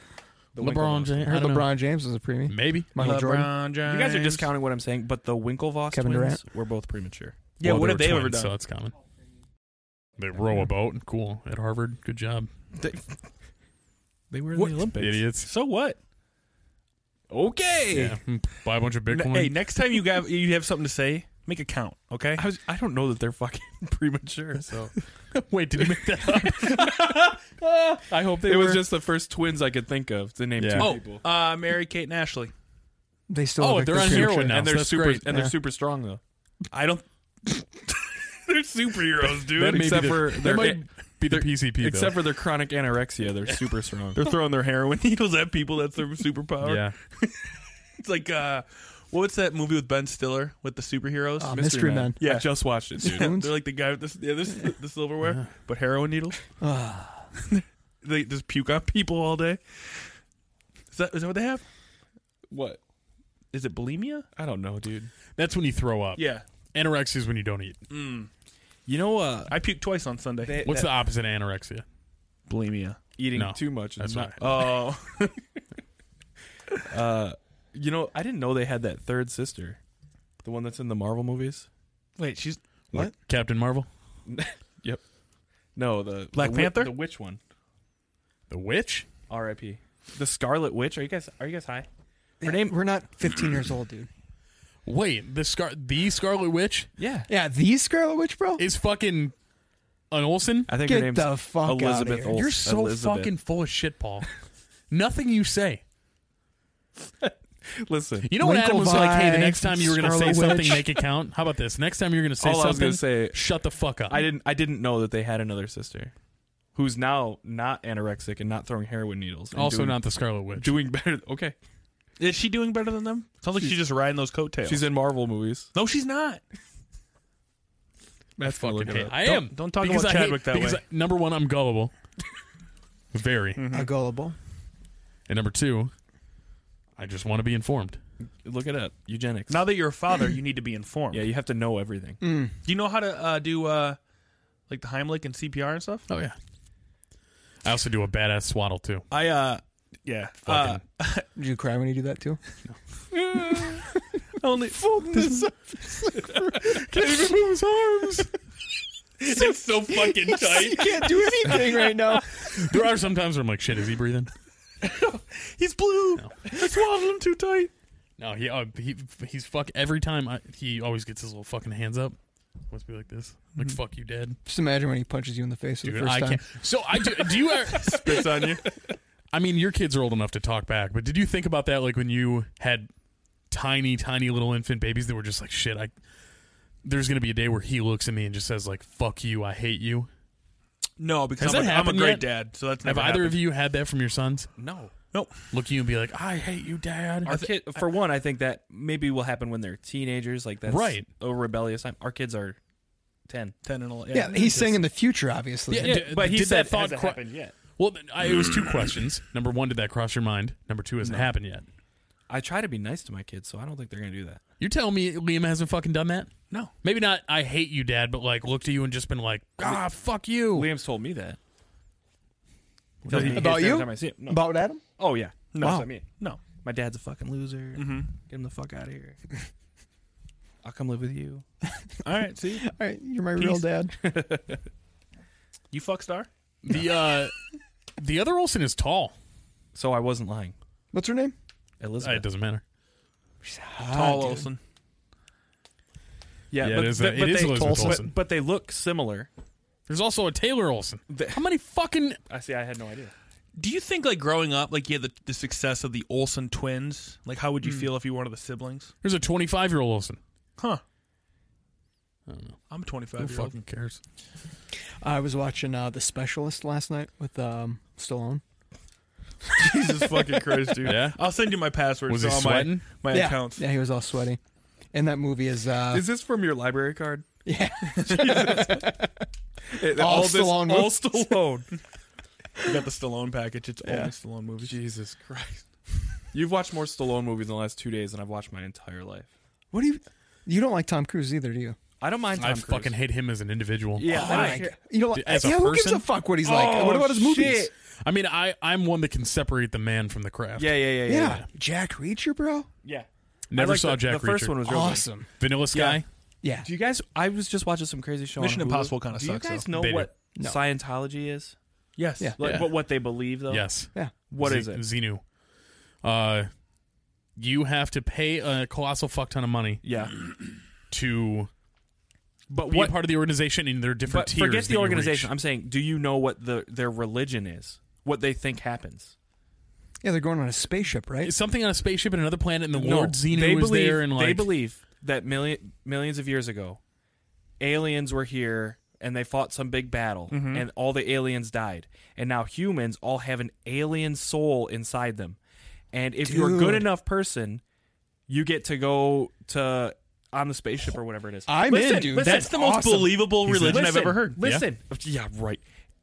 [SPEAKER 2] The
[SPEAKER 5] LeBron
[SPEAKER 2] Winklevoss.
[SPEAKER 5] James.
[SPEAKER 4] I heard
[SPEAKER 5] I don't know.
[SPEAKER 4] LeBron James was a preemie.
[SPEAKER 5] Maybe.
[SPEAKER 4] Michael Jordan.
[SPEAKER 6] James.
[SPEAKER 2] You guys are discounting what I'm saying, but the Winklevoss
[SPEAKER 4] Kevin
[SPEAKER 2] twins were both premature.
[SPEAKER 6] Yeah,
[SPEAKER 5] Well,
[SPEAKER 6] what have
[SPEAKER 5] were
[SPEAKER 6] they ever
[SPEAKER 5] twins,
[SPEAKER 6] done?
[SPEAKER 5] So it's common. They row a boat. Cool at Harvard. Good job,
[SPEAKER 2] They, they were in
[SPEAKER 6] What?
[SPEAKER 2] the Olympics.
[SPEAKER 5] idiots.
[SPEAKER 6] So what?
[SPEAKER 2] Okay.
[SPEAKER 5] Yeah, Hmm. buy a bunch of
[SPEAKER 6] N-
[SPEAKER 5] Bitcoin.
[SPEAKER 6] hey, next time you got you have something to say, make a count, okay?
[SPEAKER 2] I was I don't know that they're fucking premature, so
[SPEAKER 5] Wait, did you make that up? I hope they
[SPEAKER 2] it
[SPEAKER 5] were.
[SPEAKER 2] was just the first twins I could think of to name
[SPEAKER 5] Yeah.
[SPEAKER 2] two
[SPEAKER 5] Oh,
[SPEAKER 2] people.
[SPEAKER 6] Uh, Mary Kate and Ashley.
[SPEAKER 4] They still.
[SPEAKER 5] Oh,
[SPEAKER 4] look like
[SPEAKER 5] they're on
[SPEAKER 4] pretty
[SPEAKER 5] heroin
[SPEAKER 4] mature.
[SPEAKER 5] now.
[SPEAKER 2] and they're
[SPEAKER 5] that's
[SPEAKER 2] super
[SPEAKER 5] great.
[SPEAKER 2] and
[SPEAKER 4] Yeah.
[SPEAKER 2] they're super strong though.
[SPEAKER 6] I don't. They're superheroes, dude.
[SPEAKER 5] That may be
[SPEAKER 2] except
[SPEAKER 5] the-
[SPEAKER 2] for
[SPEAKER 5] that
[SPEAKER 2] their
[SPEAKER 5] might be the
[SPEAKER 2] they're-
[SPEAKER 5] PCP.
[SPEAKER 2] except for their chronic anorexia, they're super strong.
[SPEAKER 6] They're throwing their heroin needles at people. That's their superpower.
[SPEAKER 5] though. yeah.
[SPEAKER 6] It's like, uh, what's that movie with Ben Stiller with the superheroes?
[SPEAKER 4] Uh, Mystery Men.
[SPEAKER 2] Yeah,
[SPEAKER 6] Yeah.
[SPEAKER 2] I just watched it, dude.
[SPEAKER 6] They're like the guy with the, yeah, this, the silverware, but heroin needles. they just puke on people all day. Is that, is that what they have?
[SPEAKER 2] what?
[SPEAKER 6] Is it bulimia?
[SPEAKER 2] I don't know, dude.
[SPEAKER 5] That's when you throw up.
[SPEAKER 6] Yeah.
[SPEAKER 5] Anorexia is when you don't eat.
[SPEAKER 2] You know, uh,
[SPEAKER 6] I puked twice on Sunday.
[SPEAKER 5] What's the opposite of anorexia?
[SPEAKER 6] bulimia?
[SPEAKER 2] eating
[SPEAKER 5] No,
[SPEAKER 2] too much.
[SPEAKER 5] That's
[SPEAKER 2] Is not,
[SPEAKER 5] what.
[SPEAKER 6] Oh,
[SPEAKER 2] uh, you know, I didn't know they had that third sister, the one that's in the Marvel movies.
[SPEAKER 6] wait, she's
[SPEAKER 5] What? Captain Marvel?
[SPEAKER 2] No, the
[SPEAKER 6] Black
[SPEAKER 2] the wi-
[SPEAKER 6] Panther?
[SPEAKER 2] the witch one.
[SPEAKER 5] The witch?
[SPEAKER 2] R.I.P. The Scarlet Witch. Are you guys? Are you guys high?
[SPEAKER 4] Her name. We're not 15 years old, dude.
[SPEAKER 5] Wait, the Scar the Scarlet Witch
[SPEAKER 2] Yeah,
[SPEAKER 4] Yeah, the Scarlet Witch, bro.
[SPEAKER 5] is fucking an Olsen?
[SPEAKER 2] I think her
[SPEAKER 4] Get
[SPEAKER 2] name's
[SPEAKER 4] the fuck outta
[SPEAKER 2] Elizabeth
[SPEAKER 4] here.
[SPEAKER 2] Olsen.
[SPEAKER 5] You're so
[SPEAKER 2] Elizabeth.
[SPEAKER 5] fucking full of shit, Paul. Nothing you say.
[SPEAKER 2] Listen,
[SPEAKER 5] You know what Adam was like, hey, the
[SPEAKER 4] Winklevi,
[SPEAKER 5] next time you were gonna say
[SPEAKER 4] Scarlet
[SPEAKER 5] something,
[SPEAKER 4] Witch.
[SPEAKER 5] make it count. How about this? Next time you're gonna say
[SPEAKER 2] All I was
[SPEAKER 5] something,
[SPEAKER 2] gonna say-
[SPEAKER 5] shut the fuck up.
[SPEAKER 2] I didn't. I didn't know that they had another sister, who's now not anorexic and not throwing heroin needles. and
[SPEAKER 5] also
[SPEAKER 2] doing,
[SPEAKER 5] not the Scarlet Witch.
[SPEAKER 2] doing better. Okay,
[SPEAKER 6] is she doing better than them? Sounds like she's, just riding those coattails.
[SPEAKER 2] she's in Marvel movies.
[SPEAKER 6] no, she's not.
[SPEAKER 2] That's
[SPEAKER 5] fucking hate. I
[SPEAKER 6] Don't-
[SPEAKER 5] am.
[SPEAKER 6] don't talk
[SPEAKER 5] Because
[SPEAKER 6] about
[SPEAKER 5] I hate-
[SPEAKER 6] Chadwick that
[SPEAKER 5] because
[SPEAKER 6] way.
[SPEAKER 5] I- number one, I'm gullible. Very.
[SPEAKER 4] A gullible.
[SPEAKER 5] And number two, I just want to be informed.
[SPEAKER 2] Look it up. Eugenics. Mm.
[SPEAKER 6] Now that you're a father, you need to be informed.
[SPEAKER 2] yeah, you have to know everything.
[SPEAKER 6] Do you know how to uh, do uh, like the Heimlich and CPR and stuff?
[SPEAKER 5] Oh yeah. I also do a badass swaddle too.
[SPEAKER 6] I uh, yeah, uh,
[SPEAKER 5] Fucking
[SPEAKER 4] Did you cry when you do that too?
[SPEAKER 6] only
[SPEAKER 5] can't even move his arms.
[SPEAKER 6] it's so fucking tight.
[SPEAKER 4] can't do anything right now.
[SPEAKER 5] There are some times where I'm like, shit, is he breathing?
[SPEAKER 6] He's blue. I swaddled him too tight.
[SPEAKER 5] No, he uh, he he's fuck every time. I, he always gets his little fucking hands up. Must be like this. Like
[SPEAKER 6] Mm-hmm.
[SPEAKER 5] fuck you, dead.
[SPEAKER 4] Just imagine when he punches you in the face for
[SPEAKER 5] Dude,
[SPEAKER 4] the first
[SPEAKER 5] I
[SPEAKER 4] time.
[SPEAKER 5] can't. So I do. Do you? ever-
[SPEAKER 6] Spits on you.
[SPEAKER 5] I mean, your kids are old enough to talk back, but did you think about that? Like when you had tiny, tiny little infant babies that were just like, shit. I there's gonna be a day where he looks at me and just says like, "Fuck you, I hate you."
[SPEAKER 6] No, because
[SPEAKER 5] Has
[SPEAKER 6] I'm
[SPEAKER 5] that
[SPEAKER 6] a, I'm a
[SPEAKER 5] happened
[SPEAKER 6] great
[SPEAKER 5] yet?
[SPEAKER 6] dad, so that's
[SPEAKER 5] Have
[SPEAKER 6] never
[SPEAKER 5] either
[SPEAKER 6] happened.
[SPEAKER 5] of you had that from your sons?
[SPEAKER 2] No.
[SPEAKER 6] Nope.
[SPEAKER 5] Look at you and be like, "I hate you, dad."
[SPEAKER 2] Our kid, for one, I think that maybe will happen when they're teenagers. Like that's
[SPEAKER 5] Right.
[SPEAKER 2] a rebellious time. Our kids are ten.
[SPEAKER 6] Ten and eleven.
[SPEAKER 4] Yeah, he's saying in the future, obviously.
[SPEAKER 5] Yeah, d-
[SPEAKER 2] but he
[SPEAKER 5] did
[SPEAKER 2] said
[SPEAKER 5] that thought
[SPEAKER 2] hasn't
[SPEAKER 5] cro-
[SPEAKER 2] happened yet.
[SPEAKER 5] Well, then, I, it was two questions. Number one, did that cross your mind? Number two, hasn't happened yet.
[SPEAKER 2] I try to be nice to my kids, so I don't think they're gonna do that.
[SPEAKER 5] You tell me Liam hasn't fucking done that?
[SPEAKER 6] No.
[SPEAKER 5] Maybe not. I hate you, Dad, but like looked at you and just been like, ah, fuck you.
[SPEAKER 2] Liam's told me that. He tells me
[SPEAKER 4] About
[SPEAKER 2] every
[SPEAKER 4] you?
[SPEAKER 2] time I see him. No.
[SPEAKER 4] About Adam?
[SPEAKER 2] oh yeah. No. That's what I mean.
[SPEAKER 6] No.
[SPEAKER 2] My dad's a fucking loser.
[SPEAKER 6] Mm-hmm.
[SPEAKER 2] Get him the fuck out of here. I'll come live with you.
[SPEAKER 6] All right. See,
[SPEAKER 4] All right, you're my real dad.
[SPEAKER 6] you fuck star.
[SPEAKER 5] The uh, the other Olsen is tall.
[SPEAKER 2] So I wasn't lying.
[SPEAKER 4] What's her name?
[SPEAKER 5] Uh, it
[SPEAKER 2] Elizabeth.
[SPEAKER 5] doesn't matter.
[SPEAKER 6] Tall Olsen.
[SPEAKER 2] yeah,
[SPEAKER 5] Yeah,
[SPEAKER 2] but,
[SPEAKER 5] it is,
[SPEAKER 2] but-
[SPEAKER 5] uh,
[SPEAKER 2] but
[SPEAKER 5] it is
[SPEAKER 2] they,
[SPEAKER 5] Elizabeth
[SPEAKER 2] but-
[SPEAKER 5] Olsen.
[SPEAKER 2] but they look similar.
[SPEAKER 5] There's also a Taylor Olsen.
[SPEAKER 2] The-
[SPEAKER 5] How many fucking?
[SPEAKER 2] I see. I had no idea.
[SPEAKER 6] Do you think like growing up, like you had the, the success of the Olsen twins? Like, how would you feel if you were one of the siblings?
[SPEAKER 5] There's a 25 year old Olsen.
[SPEAKER 6] Hmm. Huh.
[SPEAKER 5] I don't know.
[SPEAKER 6] I'm a 25
[SPEAKER 5] Who
[SPEAKER 6] year old.
[SPEAKER 5] fucking cares?
[SPEAKER 4] I was watching uh, The Specialist last night with um, Stallone.
[SPEAKER 6] Jesus fucking Christ, dude.
[SPEAKER 5] Yeah?
[SPEAKER 6] I'll send you my password.
[SPEAKER 5] Was
[SPEAKER 6] to
[SPEAKER 5] he
[SPEAKER 6] all
[SPEAKER 5] sweating?
[SPEAKER 6] My, my
[SPEAKER 4] yeah,
[SPEAKER 6] accounts.
[SPEAKER 4] yeah, he was all sweaty. And that movie is uh,
[SPEAKER 2] Is this from your library card?
[SPEAKER 4] yeah,
[SPEAKER 2] It-
[SPEAKER 4] All
[SPEAKER 2] this-
[SPEAKER 4] Stallone
[SPEAKER 2] all
[SPEAKER 4] movies.
[SPEAKER 2] Stallone.
[SPEAKER 6] You got the Stallone package. It's
[SPEAKER 4] Yeah.
[SPEAKER 6] only Stallone movies.
[SPEAKER 2] Jesus Christ. You've watched more Stallone movies in the last two days than I've watched my entire life.
[SPEAKER 4] what do you? You don't like Tom Cruise either, do you?
[SPEAKER 2] I don't mind Tom
[SPEAKER 5] I
[SPEAKER 2] Cruise.
[SPEAKER 5] fucking hate him as an individual.
[SPEAKER 2] yeah. I don't
[SPEAKER 4] Like,
[SPEAKER 2] care.
[SPEAKER 4] you know, yeah.
[SPEAKER 5] As a
[SPEAKER 4] Who gives a
[SPEAKER 5] person?
[SPEAKER 4] fuck what he's like? What about his movies?
[SPEAKER 2] Oh, shit.
[SPEAKER 5] I mean, I I'm one that can separate the man from the craft.
[SPEAKER 2] Yeah, yeah, yeah, yeah,
[SPEAKER 4] Yeah.
[SPEAKER 2] yeah.
[SPEAKER 4] Jack Reacher, bro.
[SPEAKER 2] yeah.
[SPEAKER 5] Never
[SPEAKER 2] I liked
[SPEAKER 5] saw
[SPEAKER 2] the,
[SPEAKER 5] Jack
[SPEAKER 2] The first
[SPEAKER 5] Reacher.
[SPEAKER 2] one was really good.
[SPEAKER 4] Awesome.
[SPEAKER 5] Vanilla Sky.
[SPEAKER 2] Yeah.
[SPEAKER 4] Yeah,
[SPEAKER 2] Do you guys? I was just watching some crazy show.
[SPEAKER 6] Mission
[SPEAKER 2] on Hulu.
[SPEAKER 6] Impossible kinda
[SPEAKER 2] Do
[SPEAKER 6] sucks,
[SPEAKER 2] you guys
[SPEAKER 6] though.
[SPEAKER 2] know
[SPEAKER 5] They do.
[SPEAKER 2] what
[SPEAKER 4] No.
[SPEAKER 2] Scientology is?
[SPEAKER 6] Yes.
[SPEAKER 4] Yeah.
[SPEAKER 2] Like,
[SPEAKER 5] Yeah.
[SPEAKER 2] what, what they believe, though.
[SPEAKER 5] Yes.
[SPEAKER 4] yeah.
[SPEAKER 2] What
[SPEAKER 5] Ze-
[SPEAKER 2] is it?
[SPEAKER 5] Xenu. Uh, you have to pay a colossal fuck ton of money
[SPEAKER 2] Yeah.
[SPEAKER 5] to
[SPEAKER 2] But
[SPEAKER 5] be
[SPEAKER 2] what?
[SPEAKER 5] part of the organization in their different
[SPEAKER 2] But
[SPEAKER 5] tiers.
[SPEAKER 2] forget
[SPEAKER 5] that
[SPEAKER 2] the
[SPEAKER 5] you
[SPEAKER 2] organization.
[SPEAKER 5] reach.
[SPEAKER 2] I'm saying, do you know what the their religion is? What they think happens?
[SPEAKER 4] Yeah, they're going on a spaceship, right?
[SPEAKER 5] It's something on a spaceship in another planet, and the
[SPEAKER 2] no,
[SPEAKER 5] Lord Xenu
[SPEAKER 2] they
[SPEAKER 5] is
[SPEAKER 2] believe,
[SPEAKER 5] there, and like
[SPEAKER 2] they believe that million millions of years ago, aliens were here and they fought some big battle, and all the aliens died, and now humans all have an alien soul inside them, and if you're a good
[SPEAKER 4] Dude.
[SPEAKER 2] enough person, you get to go to on the spaceship or whatever it is.
[SPEAKER 4] I'm
[SPEAKER 2] Listen,
[SPEAKER 4] in, dude.
[SPEAKER 2] listen,
[SPEAKER 6] That's the most
[SPEAKER 2] awesome.
[SPEAKER 6] believable religion I've
[SPEAKER 2] Listen,
[SPEAKER 6] ever heard.
[SPEAKER 2] Listen, yeah, right.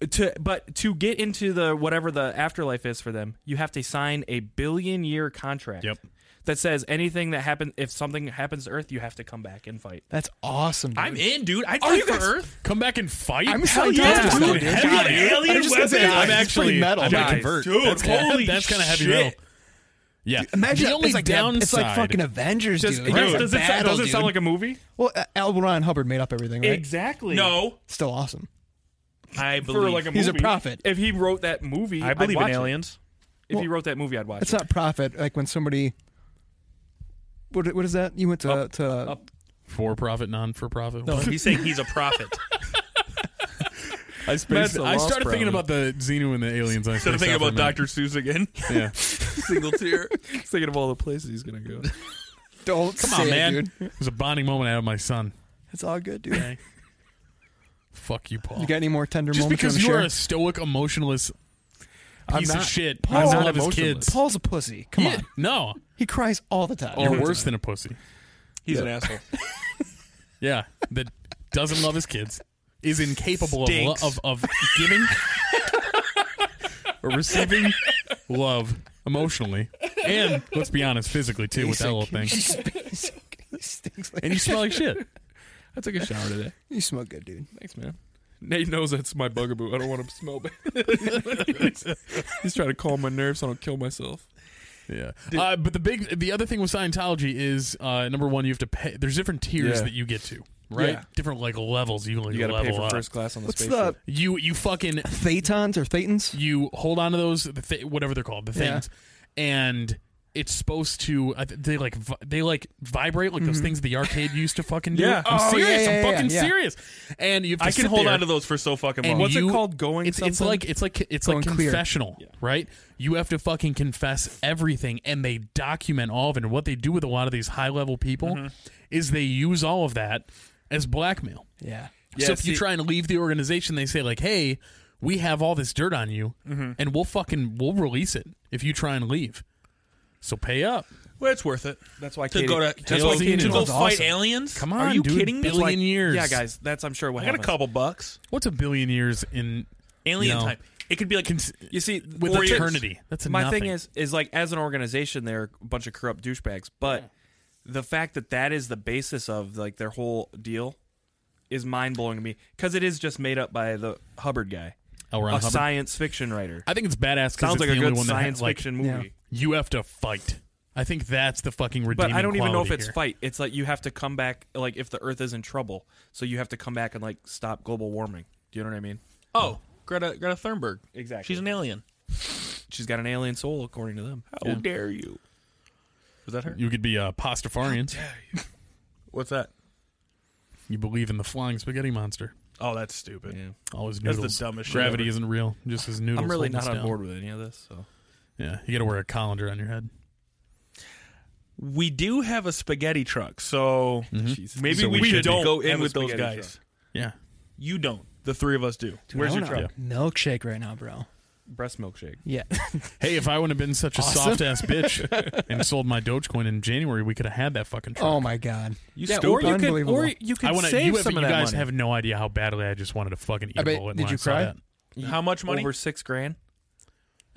[SPEAKER 2] To but to get into the whatever the afterlife is for them, you have to sign a billion year contract.
[SPEAKER 5] Yep.
[SPEAKER 2] That says anything that happens if something happens to Earth, you have to come back and fight.
[SPEAKER 4] That's awesome. Dude.
[SPEAKER 6] I'm in, dude. I'd
[SPEAKER 4] Are
[SPEAKER 6] fight
[SPEAKER 4] you
[SPEAKER 6] for
[SPEAKER 4] guys-
[SPEAKER 6] Earth.
[SPEAKER 5] come back and fight.
[SPEAKER 4] I'm a
[SPEAKER 5] Hell
[SPEAKER 4] scientist
[SPEAKER 5] yeah,
[SPEAKER 4] now,
[SPEAKER 5] dude.
[SPEAKER 4] dude.
[SPEAKER 5] Hell
[SPEAKER 4] God,
[SPEAKER 5] yeah.
[SPEAKER 6] alien
[SPEAKER 5] I'm just gonna say,
[SPEAKER 6] weapons.
[SPEAKER 5] I'm
[SPEAKER 4] It's pretty
[SPEAKER 5] actually
[SPEAKER 4] metal.
[SPEAKER 5] I'm gonna
[SPEAKER 2] Guys,
[SPEAKER 5] convert.
[SPEAKER 6] dude,
[SPEAKER 5] that's kinda-
[SPEAKER 6] holy
[SPEAKER 5] that's kinda heavy
[SPEAKER 6] shit.
[SPEAKER 5] metal. Yeah,
[SPEAKER 4] Imagine
[SPEAKER 5] the
[SPEAKER 4] that-
[SPEAKER 5] only
[SPEAKER 4] it's like
[SPEAKER 5] downside.
[SPEAKER 4] That, it's like fucking Avengers,
[SPEAKER 2] Does,
[SPEAKER 4] dude.
[SPEAKER 2] yes,
[SPEAKER 4] Right?
[SPEAKER 2] does it, sound-
[SPEAKER 4] Battle,
[SPEAKER 2] does it sound
[SPEAKER 4] dude.
[SPEAKER 2] like a movie?
[SPEAKER 4] well, uh, L. Ron Hubbard made up everything, right?
[SPEAKER 2] Exactly.
[SPEAKER 6] No.
[SPEAKER 4] Still awesome.
[SPEAKER 6] I believe.
[SPEAKER 2] For like a
[SPEAKER 4] He's a
[SPEAKER 2] movie.
[SPEAKER 4] prophet.
[SPEAKER 2] If he wrote that movie,
[SPEAKER 6] I believe
[SPEAKER 2] would
[SPEAKER 6] in aliens.
[SPEAKER 2] If he wrote that movie, I'd watch
[SPEAKER 4] It's
[SPEAKER 2] it.
[SPEAKER 4] not profit. Like when somebody. What what is that? You went to to
[SPEAKER 2] up.
[SPEAKER 5] for profit, non for profit.
[SPEAKER 6] He's saying he's a prophet.
[SPEAKER 5] I,
[SPEAKER 2] That's a
[SPEAKER 5] I
[SPEAKER 2] lost
[SPEAKER 5] started thinking
[SPEAKER 2] problem.
[SPEAKER 5] about the Xenu and the aliens. I
[SPEAKER 6] Instead of
[SPEAKER 5] spaced
[SPEAKER 6] thinking
[SPEAKER 5] out for a minute.
[SPEAKER 6] about Dr. Seuss again.
[SPEAKER 5] Yeah.
[SPEAKER 6] Single tear.
[SPEAKER 2] thinking of all the places he's gonna go.
[SPEAKER 4] don't
[SPEAKER 5] Come on,
[SPEAKER 4] say it,
[SPEAKER 5] man.
[SPEAKER 4] dude.
[SPEAKER 5] It was a bonding moment I had with my son.
[SPEAKER 4] It's all good, dude.
[SPEAKER 5] Fuck you, Paul.
[SPEAKER 4] You got any more tender
[SPEAKER 5] Just
[SPEAKER 4] moments? you
[SPEAKER 5] because
[SPEAKER 4] wanna
[SPEAKER 5] you are
[SPEAKER 4] share?
[SPEAKER 5] a stoic emotionalist
[SPEAKER 2] I'm
[SPEAKER 5] piece of
[SPEAKER 2] not-
[SPEAKER 5] shit,
[SPEAKER 2] I'm
[SPEAKER 5] Paul
[SPEAKER 2] not
[SPEAKER 5] of his
[SPEAKER 2] emotionless.
[SPEAKER 5] kids.
[SPEAKER 4] Paul's a pussy. Come
[SPEAKER 5] Yeah,
[SPEAKER 4] on,
[SPEAKER 5] no,
[SPEAKER 4] he cries all the time.
[SPEAKER 5] or worse than a pussy.
[SPEAKER 6] He's an asshole.
[SPEAKER 5] Yeah, that doesn't love his kids, is incapable of, lo-
[SPEAKER 6] Stinks.
[SPEAKER 5] of of giving or receiving love emotionally, and let's be honest, physically too with that little thing.
[SPEAKER 4] He stinks- he stinks like-
[SPEAKER 5] And you smell like shit.
[SPEAKER 2] I took a shower today.
[SPEAKER 4] You smell good, dude.
[SPEAKER 2] Thanks, man. Nate knows that's my bugaboo. I don't want him to smell bad. He's trying to calm my nerves so I don't kill myself.
[SPEAKER 5] Yeah, uh, but the big the other thing with Scientology is uh, number one, you have to pay. There's different tiers
[SPEAKER 2] Yeah.
[SPEAKER 5] that you get to, right?
[SPEAKER 2] Yeah.
[SPEAKER 5] Different like levels you like
[SPEAKER 2] You got to
[SPEAKER 5] level
[SPEAKER 2] pay for
[SPEAKER 5] up.
[SPEAKER 2] first class on the
[SPEAKER 4] What's
[SPEAKER 2] spaceship.
[SPEAKER 4] the
[SPEAKER 5] You you fucking
[SPEAKER 4] Thetons or Thetans?
[SPEAKER 5] you hold on to those the th- whatever they're called the
[SPEAKER 4] Yeah.
[SPEAKER 5] things, and it's supposed to I th- they like vi- they like vibrate like those things the arcade used to fucking do.
[SPEAKER 6] Yeah.
[SPEAKER 5] I'm
[SPEAKER 6] Oh,
[SPEAKER 5] serious.
[SPEAKER 4] yeah, yeah,
[SPEAKER 5] I'm
[SPEAKER 4] yeah,
[SPEAKER 5] fucking
[SPEAKER 4] yeah.
[SPEAKER 5] serious. And you have to
[SPEAKER 6] I can
[SPEAKER 5] sit
[SPEAKER 6] hold
[SPEAKER 5] there
[SPEAKER 6] on to those for so fucking
[SPEAKER 5] and
[SPEAKER 6] long.
[SPEAKER 2] What's it
[SPEAKER 5] you-
[SPEAKER 2] called? Going
[SPEAKER 5] It's, it's
[SPEAKER 2] something?
[SPEAKER 5] like it's like it's
[SPEAKER 4] Going
[SPEAKER 5] like
[SPEAKER 4] clear.
[SPEAKER 5] confessional, right? You have to fucking confess everything, and they document all of it. And what they do with a lot of these high level people is they use all of that as blackmail.
[SPEAKER 4] Yeah.
[SPEAKER 6] Yeah,
[SPEAKER 5] so if you
[SPEAKER 6] see-
[SPEAKER 5] try and leave the organization, they say like, "Hey, we have all this dirt on you,
[SPEAKER 2] Mm-hmm.
[SPEAKER 5] and we'll fucking we'll release it if you try and leave." So pay up.
[SPEAKER 6] well, it's worth it.
[SPEAKER 2] That's why
[SPEAKER 6] To
[SPEAKER 2] Katie-
[SPEAKER 6] go to,
[SPEAKER 2] That's
[SPEAKER 6] to,
[SPEAKER 2] why
[SPEAKER 6] go-
[SPEAKER 5] Katie
[SPEAKER 6] to go
[SPEAKER 5] Dillon's
[SPEAKER 6] fight
[SPEAKER 5] awesome.
[SPEAKER 6] aliens?
[SPEAKER 5] Come
[SPEAKER 6] Are
[SPEAKER 5] on,
[SPEAKER 6] you
[SPEAKER 5] dude.
[SPEAKER 6] kidding me?
[SPEAKER 5] Billion
[SPEAKER 2] Like,
[SPEAKER 5] years.
[SPEAKER 2] Yeah, guys, that's I'm sure what
[SPEAKER 6] I got a
[SPEAKER 2] happens.
[SPEAKER 6] couple bucks.
[SPEAKER 5] What's a billion years in
[SPEAKER 6] Alien
[SPEAKER 5] you know,
[SPEAKER 6] time. It could be like
[SPEAKER 5] Cons-
[SPEAKER 2] You see,
[SPEAKER 5] with
[SPEAKER 2] the-
[SPEAKER 5] eternity. That's a
[SPEAKER 2] my
[SPEAKER 5] nothing.
[SPEAKER 2] thing is is like as an organization they're a bunch of corrupt douchebags but the fact that that is the basis of like their whole deal is mind-blowing to me because it is just made up by the hubbard guy
[SPEAKER 5] L.
[SPEAKER 2] a
[SPEAKER 5] Ron Hubbard.
[SPEAKER 2] science fiction writer
[SPEAKER 5] I think it's badass. 'cause
[SPEAKER 2] sounds
[SPEAKER 5] it's
[SPEAKER 2] like
[SPEAKER 5] the
[SPEAKER 2] a
[SPEAKER 5] only
[SPEAKER 2] good
[SPEAKER 5] one that had,
[SPEAKER 2] science
[SPEAKER 5] like,
[SPEAKER 2] fiction
[SPEAKER 4] Yeah.
[SPEAKER 2] movie
[SPEAKER 5] You have to fight. I think that's the fucking redeeming.
[SPEAKER 2] but i don't even know if
[SPEAKER 5] quality
[SPEAKER 2] it's
[SPEAKER 5] here.
[SPEAKER 2] fight it's like you have to come back like if the earth is in trouble so you have to come back and like stop global warming do you know what i mean
[SPEAKER 6] oh Greta Greta Thunberg.
[SPEAKER 2] Exactly.
[SPEAKER 6] She's an alien.
[SPEAKER 2] she's got an alien soul according to them
[SPEAKER 6] How dare you? Was that her?
[SPEAKER 5] You could be uh, pastafarians.
[SPEAKER 6] What's that?
[SPEAKER 5] You believe in the flying spaghetti monster.
[SPEAKER 6] Oh, that's stupid.
[SPEAKER 2] yeah.
[SPEAKER 5] All his
[SPEAKER 6] That's the
[SPEAKER 5] noodles.
[SPEAKER 6] dumbest shit
[SPEAKER 5] Gravity
[SPEAKER 6] ever.
[SPEAKER 5] isn't real. Just his noodles.
[SPEAKER 2] i'm really
[SPEAKER 5] holding us
[SPEAKER 2] not on
[SPEAKER 5] down.
[SPEAKER 2] board with any of this so
[SPEAKER 5] Yeah, you got to wear a colander on your head.
[SPEAKER 6] We do have a spaghetti truck, so
[SPEAKER 2] Jesus.
[SPEAKER 6] maybe
[SPEAKER 5] Mm-hmm. So
[SPEAKER 6] we,
[SPEAKER 5] we
[SPEAKER 6] should
[SPEAKER 5] don't
[SPEAKER 6] go
[SPEAKER 2] have
[SPEAKER 6] in
[SPEAKER 2] a
[SPEAKER 6] with those
[SPEAKER 2] spaghetti
[SPEAKER 6] guys.
[SPEAKER 2] truck.
[SPEAKER 5] Yeah,
[SPEAKER 6] You don't. The three of us do.
[SPEAKER 4] Dude,
[SPEAKER 6] Where's
[SPEAKER 4] I
[SPEAKER 6] your
[SPEAKER 4] want a
[SPEAKER 6] truck?
[SPEAKER 4] Milkshake right now, bro.
[SPEAKER 2] breast milkshake
[SPEAKER 4] Yeah.
[SPEAKER 5] Hey, if I wouldn't have been such a soft ass bitch and sold my Dogecoin in January, we could have had that fucking truck.
[SPEAKER 4] oh my god.
[SPEAKER 2] You
[SPEAKER 4] Yeah,
[SPEAKER 2] or you could,
[SPEAKER 4] unbelievable.
[SPEAKER 2] or you could
[SPEAKER 5] I wanna,
[SPEAKER 2] save
[SPEAKER 5] you, have,
[SPEAKER 2] some
[SPEAKER 5] you
[SPEAKER 2] of that
[SPEAKER 5] guys
[SPEAKER 2] money.
[SPEAKER 5] have no idea how badly I just wanted to fucking eat
[SPEAKER 4] I
[SPEAKER 5] a
[SPEAKER 4] bet-
[SPEAKER 5] bullet.
[SPEAKER 4] did
[SPEAKER 5] when
[SPEAKER 4] you
[SPEAKER 5] I saw
[SPEAKER 4] cry?
[SPEAKER 5] that.
[SPEAKER 6] How much money?
[SPEAKER 2] over six grand.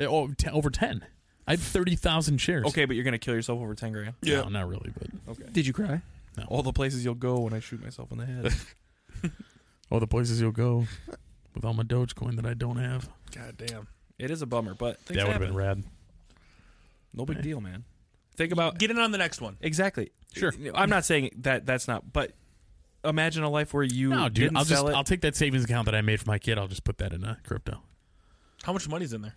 [SPEAKER 5] Eh, Oh, te- over ten. I had thirty thousand shares.
[SPEAKER 2] Okay, but you're gonna kill yourself over ten grand.
[SPEAKER 5] No, not really, but
[SPEAKER 4] Did you cry?
[SPEAKER 2] All the places you'll go when I shoot myself in the head.
[SPEAKER 5] all the places you'll go with all my Dogecoin that I don't have.
[SPEAKER 6] God damn.
[SPEAKER 2] it is a bummer, but things
[SPEAKER 5] that would have
[SPEAKER 2] happen.
[SPEAKER 5] been rad.
[SPEAKER 2] no big deal, man. Think about
[SPEAKER 6] Get in on the next one.
[SPEAKER 2] exactly.
[SPEAKER 5] Sure.
[SPEAKER 2] I'm not saying that that's not, but imagine a life where you
[SPEAKER 5] No, dude,
[SPEAKER 2] didn't
[SPEAKER 5] I'll just
[SPEAKER 2] sell it.
[SPEAKER 5] I'll take that savings account that I made for my kid. I'll just put that in uh, crypto.
[SPEAKER 6] How much money's in there?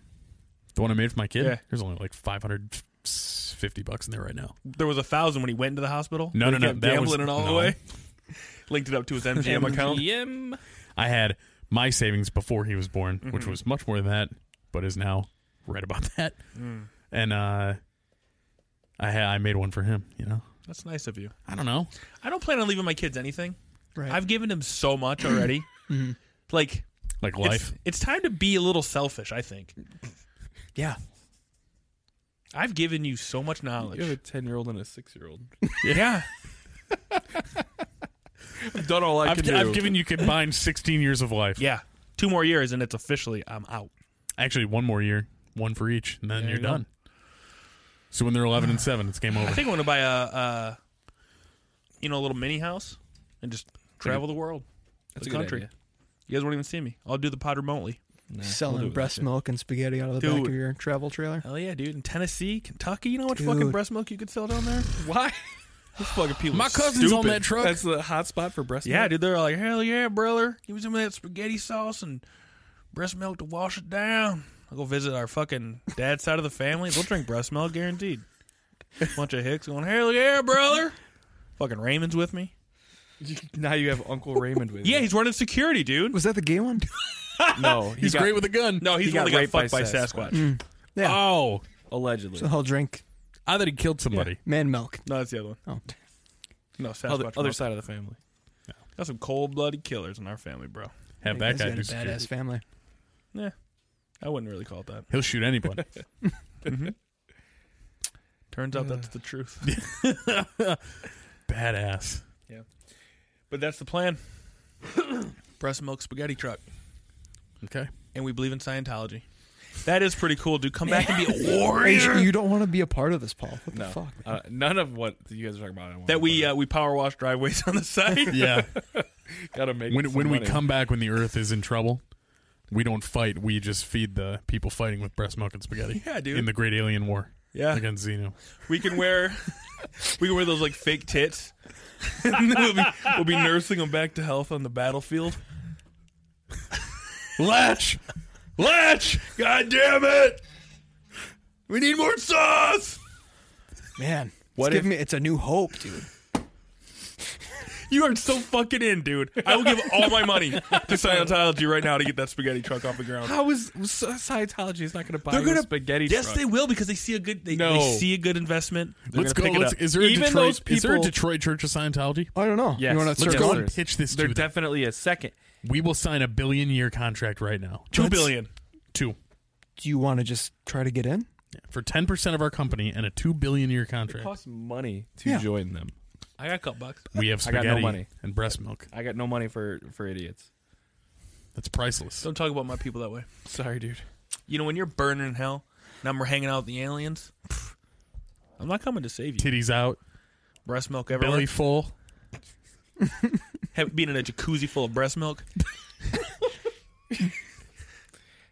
[SPEAKER 5] The one I made for my kid.
[SPEAKER 6] Yeah.
[SPEAKER 5] There's only like five hundred fifty bucks in there right now.
[SPEAKER 6] There was a thousand when he went into the hospital.
[SPEAKER 5] No,
[SPEAKER 6] When
[SPEAKER 5] no,
[SPEAKER 6] he
[SPEAKER 5] no,
[SPEAKER 6] kept
[SPEAKER 5] that was-
[SPEAKER 6] Gambling it all
[SPEAKER 5] no.
[SPEAKER 6] the way. Linked it up to his MGM account.
[SPEAKER 2] Yim.
[SPEAKER 5] I had my savings before he was born,
[SPEAKER 6] Mm-hmm.
[SPEAKER 5] which was much more than that, but is now right about that.
[SPEAKER 6] Mm.
[SPEAKER 5] And uh, I ha- I made one for him. You know,
[SPEAKER 6] That's nice of you.
[SPEAKER 5] I don't know.
[SPEAKER 6] I don't plan on leaving my kids anything.
[SPEAKER 4] Right.
[SPEAKER 6] I've given him so much already. Like
[SPEAKER 5] Like
[SPEAKER 6] it's,
[SPEAKER 5] life,
[SPEAKER 6] it's time to be a little selfish. I think
[SPEAKER 4] yeah.
[SPEAKER 6] I've given you so much knowledge.
[SPEAKER 2] You have a ten year old and a six year old.
[SPEAKER 6] yeah,
[SPEAKER 2] I've done all I
[SPEAKER 5] I've, I've given you combined sixteen years of life.
[SPEAKER 6] yeah. Two more years and it's officially I'm out.
[SPEAKER 5] Actually, one more year, one for each, and then
[SPEAKER 6] There
[SPEAKER 5] you're
[SPEAKER 6] you go.
[SPEAKER 5] done. So when they're eleven and seven, it's game
[SPEAKER 6] I
[SPEAKER 5] over.
[SPEAKER 6] think I'm gonna buy a, a you know a little mini house and just travel the world,
[SPEAKER 2] That's
[SPEAKER 6] the
[SPEAKER 2] a good
[SPEAKER 6] country.
[SPEAKER 2] idea.
[SPEAKER 6] You guys won't even see me. I'll do the pod remotely.
[SPEAKER 2] Nah,
[SPEAKER 4] Selling
[SPEAKER 2] we'll do it.
[SPEAKER 4] breast milk and spaghetti out of the back
[SPEAKER 6] Dude.
[SPEAKER 4] of your travel trailer.
[SPEAKER 6] Hell yeah, dude! In Tennessee, Kentucky, you know how much
[SPEAKER 4] Dude.
[SPEAKER 6] fucking breast milk you could sell down there?
[SPEAKER 2] Why?
[SPEAKER 6] Those fucking people.
[SPEAKER 5] My
[SPEAKER 6] are
[SPEAKER 5] cousin's
[SPEAKER 6] stupid.
[SPEAKER 5] on that truck.
[SPEAKER 2] That's the hot spot for breast.
[SPEAKER 6] Yeah,
[SPEAKER 2] milk?
[SPEAKER 6] dude, they're like, hell yeah, brother. Give me some of that spaghetti sauce and breast milk to wash it down. I'll go visit our fucking dad's side of the family. They'll drink breast milk, guaranteed. Bunch of hicks going, hell yeah, brother. Fucking Raymond's with me.
[SPEAKER 2] Now you have Uncle Raymond with
[SPEAKER 6] Yeah,
[SPEAKER 2] you.
[SPEAKER 6] he's running security, dude.
[SPEAKER 4] Was that the gay one?
[SPEAKER 2] no, he
[SPEAKER 5] He's
[SPEAKER 2] got-
[SPEAKER 5] great with a gun.
[SPEAKER 6] No, he's
[SPEAKER 2] He
[SPEAKER 6] the
[SPEAKER 2] got
[SPEAKER 6] one that got
[SPEAKER 2] raped by
[SPEAKER 6] fucked by Sasquatch.
[SPEAKER 2] Sasquatch. Mm.
[SPEAKER 4] yeah.
[SPEAKER 5] Oh,
[SPEAKER 2] allegedly.
[SPEAKER 4] so he'll drink
[SPEAKER 5] I thought he killed somebody.
[SPEAKER 4] man milk.
[SPEAKER 6] No, that's the other one.
[SPEAKER 4] Oh.
[SPEAKER 6] No, Sasquatch.
[SPEAKER 2] other,
[SPEAKER 6] bro.
[SPEAKER 2] other side of the family.
[SPEAKER 6] Got some cold blooded killers in our family, bro.
[SPEAKER 5] Have
[SPEAKER 4] He's
[SPEAKER 5] that guy
[SPEAKER 4] got
[SPEAKER 5] do
[SPEAKER 4] a
[SPEAKER 5] security.
[SPEAKER 4] badass family.
[SPEAKER 6] I wouldn't really call it that.
[SPEAKER 5] He'll shoot anybody.
[SPEAKER 6] Turns out that's the truth.
[SPEAKER 5] badass.
[SPEAKER 6] But that's the plan. breast milk spaghetti truck.
[SPEAKER 5] Okay.
[SPEAKER 6] and we believe in Scientology. That is pretty cool, dude. Come back and be a
[SPEAKER 4] Hey, sh-
[SPEAKER 6] warrior.
[SPEAKER 4] you don't want to be a part of this, Paul. What the fuck?
[SPEAKER 2] Uh, none of what you guys are talking about. I want
[SPEAKER 6] that
[SPEAKER 2] to
[SPEAKER 6] we
[SPEAKER 2] buy.
[SPEAKER 6] uh, we power wash driveways on the side.
[SPEAKER 5] Yeah.
[SPEAKER 2] gotta make
[SPEAKER 5] when
[SPEAKER 2] some
[SPEAKER 5] when we
[SPEAKER 2] money.
[SPEAKER 5] come back when the earth is in trouble, we don't fight, we just feed the people fighting with breast milk and spaghetti.
[SPEAKER 6] Yeah, dude.
[SPEAKER 5] In the Great Alien War
[SPEAKER 6] Yeah,
[SPEAKER 5] against Xeno.
[SPEAKER 6] we can wear we can wear those like fake tits. and then we'll, be, we'll be nursing them back to health on the battlefield.
[SPEAKER 5] Latch!
[SPEAKER 6] Latch! God damn it! We need more sauce.
[SPEAKER 4] Man,
[SPEAKER 6] What
[SPEAKER 4] what
[SPEAKER 6] if-
[SPEAKER 4] give me? It's a new hope, dude.
[SPEAKER 6] You are so fucking in, dude. I will give all my money to Scientology right now to get that spaghetti truck off the ground.
[SPEAKER 2] How is Scientology is not going to buy
[SPEAKER 6] They're
[SPEAKER 2] you a
[SPEAKER 6] gonna-
[SPEAKER 2] spaghetti
[SPEAKER 6] yes,
[SPEAKER 2] truck?
[SPEAKER 6] they will because they see a good. They,
[SPEAKER 5] No.
[SPEAKER 6] they see a good investment. They're
[SPEAKER 5] let's go.
[SPEAKER 6] gonna pick it
[SPEAKER 5] Let's,
[SPEAKER 6] up.
[SPEAKER 5] is there a
[SPEAKER 2] Even
[SPEAKER 5] Detroit?
[SPEAKER 2] those
[SPEAKER 5] Is there a
[SPEAKER 2] people-
[SPEAKER 5] Detroit Church of Scientology?
[SPEAKER 4] I don't know.
[SPEAKER 2] Yes.
[SPEAKER 4] You want
[SPEAKER 2] Let's
[SPEAKER 4] to start
[SPEAKER 5] go
[SPEAKER 4] going?
[SPEAKER 5] and pitch this
[SPEAKER 2] They're
[SPEAKER 5] to them.
[SPEAKER 2] definitely a second.
[SPEAKER 5] We will sign a billion-year contract right now.
[SPEAKER 6] Two billion.
[SPEAKER 5] Two.
[SPEAKER 4] Do you want to just try to get in?
[SPEAKER 5] Yeah, for ten percent of our company and a two billion-year
[SPEAKER 2] It
[SPEAKER 5] contract.
[SPEAKER 2] costs money to
[SPEAKER 4] Yeah.
[SPEAKER 2] join them.
[SPEAKER 6] I got a couple bucks.
[SPEAKER 5] We have
[SPEAKER 2] I got no
[SPEAKER 5] spaghetti
[SPEAKER 2] money.
[SPEAKER 5] and breast milk.
[SPEAKER 2] I got no money for for idiots.
[SPEAKER 5] That's priceless.
[SPEAKER 6] Don't talk about my people that way.
[SPEAKER 2] Sorry, dude.
[SPEAKER 6] You know when you're burning in hell, and we're hanging out with the aliens. pff, I'm not coming to save you.
[SPEAKER 5] Titties out,
[SPEAKER 6] Breast milk everywhere.
[SPEAKER 5] belly full.
[SPEAKER 6] Ha- being in a jacuzzi full of breast milk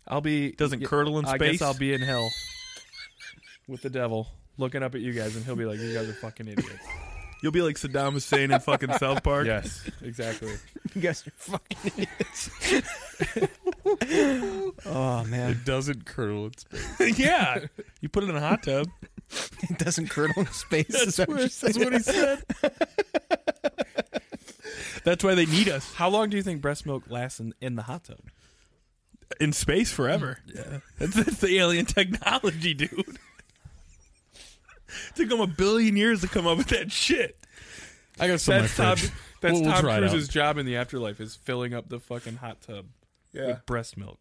[SPEAKER 2] I'll be
[SPEAKER 6] doesn't
[SPEAKER 2] y-
[SPEAKER 6] curdle in
[SPEAKER 2] I
[SPEAKER 6] space.
[SPEAKER 2] guess I'll be in hell with the devil, looking up at you guys, and he'll be like, "You guys are fucking idiots."
[SPEAKER 6] You'll be like Saddam Hussein in fucking South Park.
[SPEAKER 2] yes, exactly.
[SPEAKER 4] You guys are fucking idiots. oh man,
[SPEAKER 5] doesn't curdle. It's
[SPEAKER 6] yeah. You put it in a hot tub.
[SPEAKER 4] it doesn't curdle in space. is that what you're saying?
[SPEAKER 6] That's what he said. That's why they need us
[SPEAKER 2] How long do you think breast milk lasts in, in the hot tub? Mm,
[SPEAKER 6] in space forever. Yeah, that's, that's the alien technology, dude. Took them a billion years to come up with that shit.
[SPEAKER 5] I got some. in my
[SPEAKER 2] that's Tom,
[SPEAKER 5] fridge.
[SPEAKER 2] that's
[SPEAKER 5] We'll- we'll
[SPEAKER 2] Tom
[SPEAKER 5] try it out.
[SPEAKER 2] Cruise's job in the afterlife is filling up the fucking hot tub with breast milk.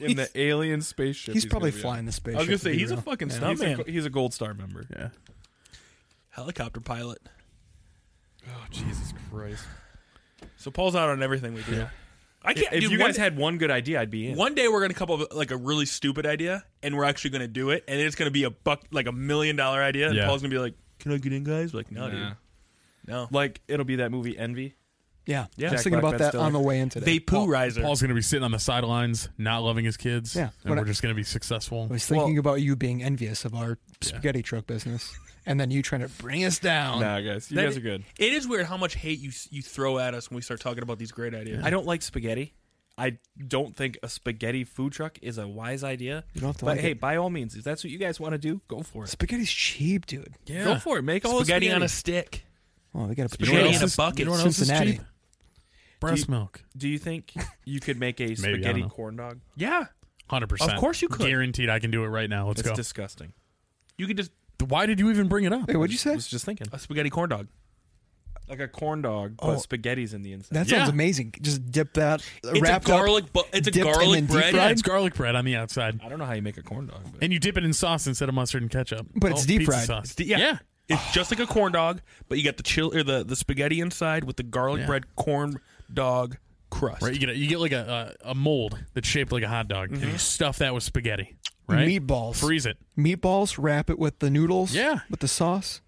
[SPEAKER 2] In the alien spaceship,
[SPEAKER 4] He's probably
[SPEAKER 2] gonna be
[SPEAKER 4] flying the
[SPEAKER 6] I
[SPEAKER 4] spaceship.
[SPEAKER 6] was gonna say
[SPEAKER 4] to be
[SPEAKER 6] he's a
[SPEAKER 4] real.
[SPEAKER 6] fucking
[SPEAKER 2] on.
[SPEAKER 6] stuntman,
[SPEAKER 2] He's a, he's a gold star member.
[SPEAKER 5] Yeah.
[SPEAKER 6] helicopter pilot.
[SPEAKER 2] Oh Jesus Christ!
[SPEAKER 6] So Paul's out on everything we do.
[SPEAKER 2] Yeah.
[SPEAKER 6] I can't.
[SPEAKER 2] If
[SPEAKER 6] dude,
[SPEAKER 2] you
[SPEAKER 6] one
[SPEAKER 2] guys
[SPEAKER 6] day-
[SPEAKER 2] had one good idea, I'd be in.
[SPEAKER 6] One day we're gonna come up with like a really stupid idea, and we're actually gonna do it, and it's gonna be a buck, like a million dollar idea, and
[SPEAKER 5] Yeah.
[SPEAKER 6] Paul's gonna be like, "Can I get in, guys?" We're like, no,
[SPEAKER 2] Nah.
[SPEAKER 6] dude, no.
[SPEAKER 2] Like it'll be that movie Envy.
[SPEAKER 4] Yeah,
[SPEAKER 2] Yeah.
[SPEAKER 4] I was
[SPEAKER 2] Jack
[SPEAKER 4] thinking
[SPEAKER 2] Black
[SPEAKER 4] about that
[SPEAKER 2] Bastille.
[SPEAKER 4] on the way in today.
[SPEAKER 6] They poo riser.
[SPEAKER 5] Paul's going to be sitting on the sidelines, not loving his kids.
[SPEAKER 4] Yeah.
[SPEAKER 5] And
[SPEAKER 4] What
[SPEAKER 5] we're
[SPEAKER 4] I-
[SPEAKER 5] just going to be successful.
[SPEAKER 4] I was thinking about you being envious of our spaghetti truck business, and then you trying to bring us down.
[SPEAKER 2] Nah, guys, you
[SPEAKER 6] That-
[SPEAKER 2] guys are good.
[SPEAKER 6] It is weird how much hate you you throw at us when we start talking about these great ideas.
[SPEAKER 2] I don't like spaghetti. I don't think a spaghetti food truck is a wise idea.
[SPEAKER 4] You don't have to
[SPEAKER 2] But
[SPEAKER 4] like
[SPEAKER 2] hey,
[SPEAKER 4] it.
[SPEAKER 2] by all means, if that's what you guys want to do, go for it.
[SPEAKER 4] Spaghetti's cheap, dude.
[SPEAKER 5] yeah.
[SPEAKER 2] Go for it. Make all the
[SPEAKER 6] spaghetti on a stick.
[SPEAKER 4] Oh, they got a
[SPEAKER 5] You know
[SPEAKER 6] Spaghetti
[SPEAKER 5] what
[SPEAKER 4] spaghetti.
[SPEAKER 5] else
[SPEAKER 6] in a
[SPEAKER 5] is-
[SPEAKER 6] bucket.
[SPEAKER 5] You know what else is
[SPEAKER 4] Cincinnati.
[SPEAKER 5] cheap? Breast milk.
[SPEAKER 2] Do you think you could make a
[SPEAKER 5] I
[SPEAKER 2] spaghetti
[SPEAKER 5] don't know.
[SPEAKER 2] corn dog?
[SPEAKER 6] Yeah,
[SPEAKER 5] 100%.
[SPEAKER 6] Of course you could.
[SPEAKER 5] Guaranteed I can do it right now. Let's
[SPEAKER 2] It's
[SPEAKER 5] go.
[SPEAKER 2] disgusting.
[SPEAKER 6] you could just
[SPEAKER 5] Why did you even bring it up?
[SPEAKER 4] Wait, what'd you
[SPEAKER 2] I
[SPEAKER 4] say?
[SPEAKER 2] was just thinking,
[SPEAKER 6] a spaghetti corn dog.
[SPEAKER 2] like a corn dog,
[SPEAKER 4] Oh.
[SPEAKER 2] but spaghetti's in the inside.
[SPEAKER 4] That sounds
[SPEAKER 5] Yeah.
[SPEAKER 4] amazing. Just dip that
[SPEAKER 6] It's a
[SPEAKER 4] wrapped up-
[SPEAKER 6] garlic. Bu- it's a
[SPEAKER 4] dipped and
[SPEAKER 6] garlic
[SPEAKER 4] then
[SPEAKER 6] bread.
[SPEAKER 5] Yeah, it's garlic bread on the outside.
[SPEAKER 2] I don't know how you make a corn dog, but
[SPEAKER 5] And you dip it in sauce instead of mustard and ketchup. Oh,
[SPEAKER 4] But it's deep
[SPEAKER 5] pizza
[SPEAKER 4] fried.
[SPEAKER 5] sauce.
[SPEAKER 6] It's- yeah.
[SPEAKER 5] yeah.
[SPEAKER 6] It's just like a corn dog, but you got the chill or the, the spaghetti inside with the garlic
[SPEAKER 5] Yeah.
[SPEAKER 6] bread corn dog crust.
[SPEAKER 5] Right, you get a, you get like a, a a mold that's shaped like a hot dog, and you stuff that with spaghetti. Right,
[SPEAKER 4] Meatballs.
[SPEAKER 5] freeze it.
[SPEAKER 4] Meatballs. Wrap it with the noodles.
[SPEAKER 5] Yeah.
[SPEAKER 4] With the sauce.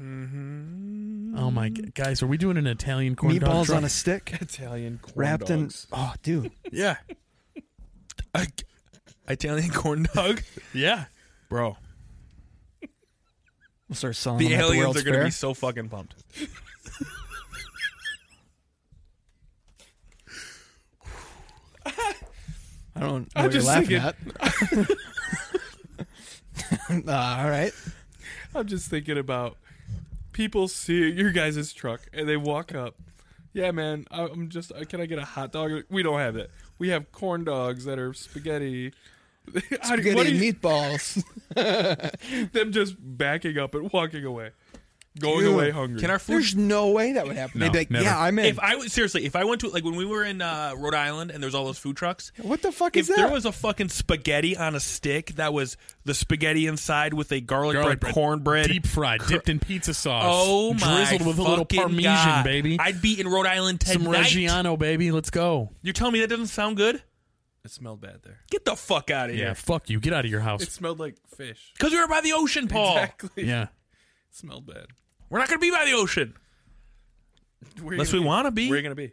[SPEAKER 5] Oh my g- guys, are we doing an Italian corn dog?
[SPEAKER 4] Meatballs
[SPEAKER 5] truck?
[SPEAKER 4] on a stick.
[SPEAKER 2] Italian corn
[SPEAKER 4] Wrapped
[SPEAKER 2] dogs.
[SPEAKER 4] in. Oh, dude.
[SPEAKER 6] Yeah. I, Italian corn dog,
[SPEAKER 5] yeah.
[SPEAKER 6] bro.
[SPEAKER 4] We'll start selling
[SPEAKER 6] The
[SPEAKER 4] them at the
[SPEAKER 6] aliens
[SPEAKER 4] World's
[SPEAKER 6] are going to
[SPEAKER 4] Fair.
[SPEAKER 6] be so fucking pumped.
[SPEAKER 4] I don't know what
[SPEAKER 2] just
[SPEAKER 4] you're laughing at. Uh, all right.
[SPEAKER 2] I'm just thinking about people see your guys' truck and they walk up. Yeah, man, I- I'm just. uh, Can I get a hot dog? We don't have that. We have corn dogs that are spaghetti. How do-
[SPEAKER 4] Spaghetti
[SPEAKER 2] what do
[SPEAKER 4] and
[SPEAKER 2] you-
[SPEAKER 4] meatballs.
[SPEAKER 2] them just backing up and walking away, going
[SPEAKER 4] Dude,
[SPEAKER 2] away hungry.
[SPEAKER 6] Can our food?
[SPEAKER 4] There's no way that would happen.
[SPEAKER 5] No,
[SPEAKER 4] They'd be like,
[SPEAKER 5] never.
[SPEAKER 4] yeah, I'm in.
[SPEAKER 6] if I was seriously, if I went to like when we were in uh, Rhode Island and there's all those food trucks.
[SPEAKER 4] what the fuck is
[SPEAKER 6] If
[SPEAKER 4] that?
[SPEAKER 6] there was a fucking spaghetti on a stick that was the spaghetti inside with a garlic,
[SPEAKER 5] Garlic
[SPEAKER 6] bread,
[SPEAKER 5] bread,
[SPEAKER 6] cornbread,
[SPEAKER 5] deep fried, dipped in pizza sauce.
[SPEAKER 6] oh my,
[SPEAKER 5] drizzled with a little
[SPEAKER 6] fucking
[SPEAKER 5] parmesan,
[SPEAKER 6] God.
[SPEAKER 5] baby.
[SPEAKER 6] I'd be in Rhode Island
[SPEAKER 5] Some
[SPEAKER 6] tonight.
[SPEAKER 5] Reggiano, baby. Let's go.
[SPEAKER 6] You're telling me that doesn't sound good?
[SPEAKER 2] it smelled bad there.
[SPEAKER 6] Get the fuck out of
[SPEAKER 5] Yeah,
[SPEAKER 6] here.
[SPEAKER 5] fuck you. Get out of your house.
[SPEAKER 2] It smelled like fish.
[SPEAKER 6] Because we were by the ocean, Paul.
[SPEAKER 2] Exactly.
[SPEAKER 5] yeah.
[SPEAKER 2] It smelled bad.
[SPEAKER 6] We're not going to be by the ocean.
[SPEAKER 2] Where
[SPEAKER 6] Unless
[SPEAKER 2] you
[SPEAKER 6] we
[SPEAKER 2] gonna
[SPEAKER 6] want to
[SPEAKER 2] be?
[SPEAKER 6] be.
[SPEAKER 2] Where you gonna be?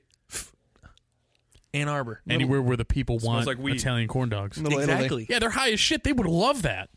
[SPEAKER 6] Ann Arbor.
[SPEAKER 5] Anywhere where the people want
[SPEAKER 2] like weed.
[SPEAKER 5] Italian corn dogs.
[SPEAKER 4] Little Italy.
[SPEAKER 6] exactly.
[SPEAKER 5] Yeah, they're high as shit. They would love that.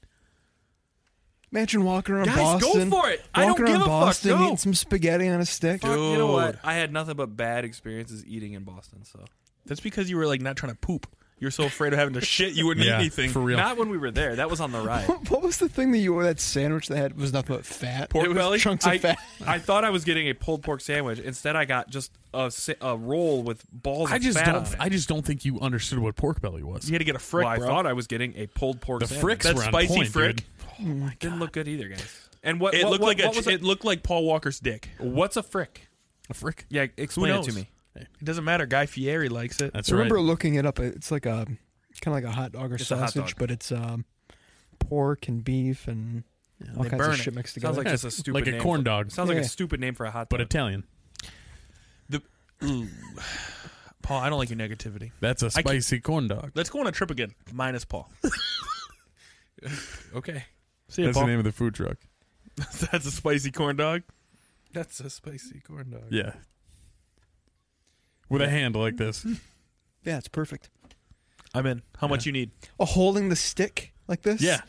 [SPEAKER 4] Imagine walking around
[SPEAKER 6] Guys, go
[SPEAKER 4] Boston.
[SPEAKER 6] for it. I don't
[SPEAKER 4] walking
[SPEAKER 6] give
[SPEAKER 4] around
[SPEAKER 6] a fuck.
[SPEAKER 4] Boston,
[SPEAKER 6] Go.
[SPEAKER 4] eating some spaghetti on a stick.
[SPEAKER 2] Fuck, you know
[SPEAKER 6] Dude.
[SPEAKER 2] what? I had nothing but bad experiences eating in Boston. So
[SPEAKER 6] That's because you were like not trying to poop. You're so afraid of having to shit, you wouldn't
[SPEAKER 5] Yeah,
[SPEAKER 6] eat anything.
[SPEAKER 5] for real.
[SPEAKER 2] Not when we were there. That was on the ride.
[SPEAKER 4] What was the thing that you were that sandwich that had was nothing but fat?
[SPEAKER 2] It was
[SPEAKER 4] Chunks of
[SPEAKER 2] I,
[SPEAKER 4] fat.
[SPEAKER 2] I thought I was getting a pulled pork sandwich. Instead, I got just a, sa- a roll with balls.
[SPEAKER 5] I
[SPEAKER 2] of
[SPEAKER 5] just
[SPEAKER 2] fat on
[SPEAKER 5] don't.
[SPEAKER 2] it.
[SPEAKER 5] I just don't think you understood what pork belly was.
[SPEAKER 6] You had to get a frick,
[SPEAKER 2] well, I
[SPEAKER 6] bro.
[SPEAKER 2] thought I was getting a pulled pork.
[SPEAKER 5] the
[SPEAKER 2] sandwich.
[SPEAKER 5] fricks
[SPEAKER 6] That
[SPEAKER 5] were on
[SPEAKER 6] spicy
[SPEAKER 5] point,
[SPEAKER 6] frick.
[SPEAKER 5] dude.
[SPEAKER 2] didn't look good either, guys. And what
[SPEAKER 6] it
[SPEAKER 2] what-
[SPEAKER 6] looked
[SPEAKER 2] what-
[SPEAKER 6] like
[SPEAKER 2] what
[SPEAKER 6] a,
[SPEAKER 2] was
[SPEAKER 6] ch- it looked like Paul Walker's dick.
[SPEAKER 2] What's a frick?
[SPEAKER 5] A frick.
[SPEAKER 2] Yeah, explain it to
[SPEAKER 6] knows?
[SPEAKER 2] me.
[SPEAKER 6] It doesn't matter. Guy Fieri likes it.
[SPEAKER 5] That's
[SPEAKER 4] I remember
[SPEAKER 5] right.
[SPEAKER 4] looking it up. It's like a kind of like a hot dog or
[SPEAKER 2] It's a hot
[SPEAKER 4] sausage,
[SPEAKER 2] dog.
[SPEAKER 4] but it's um, pork and beef and all
[SPEAKER 6] they
[SPEAKER 4] kinds
[SPEAKER 6] burn
[SPEAKER 4] of
[SPEAKER 6] it.
[SPEAKER 4] shit mixed together.
[SPEAKER 2] Sounds like
[SPEAKER 5] Yeah,
[SPEAKER 2] just a
[SPEAKER 5] it's
[SPEAKER 2] stupid
[SPEAKER 5] like a
[SPEAKER 2] name
[SPEAKER 5] corn
[SPEAKER 2] for-
[SPEAKER 5] dog.
[SPEAKER 2] Sounds like
[SPEAKER 4] Yeah.
[SPEAKER 2] a stupid name for a hot dog.
[SPEAKER 5] but Italian.
[SPEAKER 6] The, ooh. Paul, I don't like your negativity.
[SPEAKER 5] That's a
[SPEAKER 6] I can-
[SPEAKER 5] spicy corn dog.
[SPEAKER 6] Let's go on a trip again. Minus Paul.
[SPEAKER 2] okay,
[SPEAKER 6] See ya, Paul.
[SPEAKER 5] of the food truck.
[SPEAKER 6] That's a spicy corn dog.
[SPEAKER 2] that's a spicy corn dog.
[SPEAKER 5] Yeah. With a hand like this.
[SPEAKER 4] yeah, it's perfect.
[SPEAKER 6] I'm in. How much you need?
[SPEAKER 4] Oh, holding the stick like this.
[SPEAKER 5] Yeah.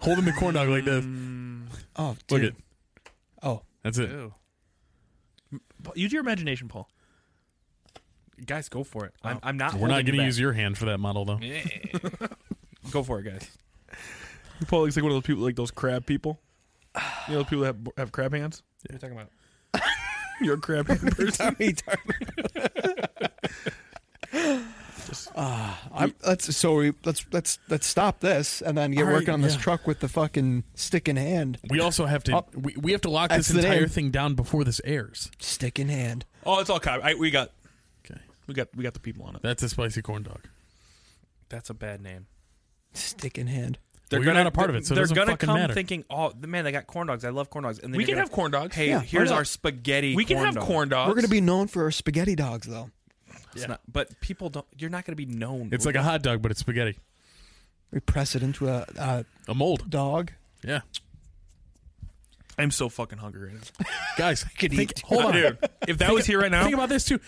[SPEAKER 5] Holding the corn dog like this.
[SPEAKER 6] Mm,
[SPEAKER 4] Oh,
[SPEAKER 5] Look
[SPEAKER 4] dude.
[SPEAKER 5] at.
[SPEAKER 4] Oh,
[SPEAKER 5] That's it.
[SPEAKER 2] Ew.
[SPEAKER 6] Use your imagination, Paul.
[SPEAKER 2] Guys, go for it. I'm, I'm Oh. not.
[SPEAKER 5] We're not
[SPEAKER 2] going
[SPEAKER 5] going to use your hand for that model, though.
[SPEAKER 2] Go for it, guys.
[SPEAKER 6] Paul looks like one of those people, like those crab people. You know, those people that have, have crab hands.
[SPEAKER 2] What are you talking about?
[SPEAKER 6] You're a crab hand person.
[SPEAKER 4] Tommy Darby. Ah, I'm- let's so we, let's let's let's stop this and then get
[SPEAKER 5] All right,
[SPEAKER 4] working on this
[SPEAKER 5] yeah.
[SPEAKER 4] truck with the fucking stick in hand,
[SPEAKER 5] We also have to
[SPEAKER 4] Oh.
[SPEAKER 5] we, we have to lock
[SPEAKER 4] That's
[SPEAKER 5] this
[SPEAKER 4] the
[SPEAKER 5] entire
[SPEAKER 4] name.
[SPEAKER 5] thing down before this airs.
[SPEAKER 4] stick in hand.
[SPEAKER 6] oh, it's all crab. I, we got,
[SPEAKER 5] Okay.
[SPEAKER 6] we got, we got the people on it.
[SPEAKER 5] That's a spicy corn dog.
[SPEAKER 2] That's a bad name.
[SPEAKER 4] Stick in hand.
[SPEAKER 5] Well, you're not a part of it, so it
[SPEAKER 2] they're
[SPEAKER 5] doesn't
[SPEAKER 2] gonna
[SPEAKER 5] fucking
[SPEAKER 2] come
[SPEAKER 5] matter.
[SPEAKER 2] thinking, "Oh, the- man, they got corn dogs. I love corn dogs." And then
[SPEAKER 6] We
[SPEAKER 2] you're
[SPEAKER 6] can
[SPEAKER 2] gonna-
[SPEAKER 6] have corn dogs.
[SPEAKER 2] Hey,
[SPEAKER 4] Yeah, why
[SPEAKER 2] here's
[SPEAKER 4] not?
[SPEAKER 2] our spaghetti.
[SPEAKER 6] we can
[SPEAKER 2] corn
[SPEAKER 6] have
[SPEAKER 2] dog.
[SPEAKER 6] corn dogs.
[SPEAKER 4] We're gonna be known for our spaghetti dogs though.
[SPEAKER 2] It's not- but people don't. You're not gonna be known.
[SPEAKER 5] It's like a hot dog, but it's spaghetti.
[SPEAKER 4] We press it into a, a
[SPEAKER 5] A mold.
[SPEAKER 4] dog.
[SPEAKER 5] Yeah.
[SPEAKER 6] I'm so fucking hungry right now.
[SPEAKER 5] Guys,
[SPEAKER 4] could
[SPEAKER 5] think,
[SPEAKER 4] eat.
[SPEAKER 5] hold on.
[SPEAKER 6] Dude, if that was here right now,
[SPEAKER 5] Think about this too.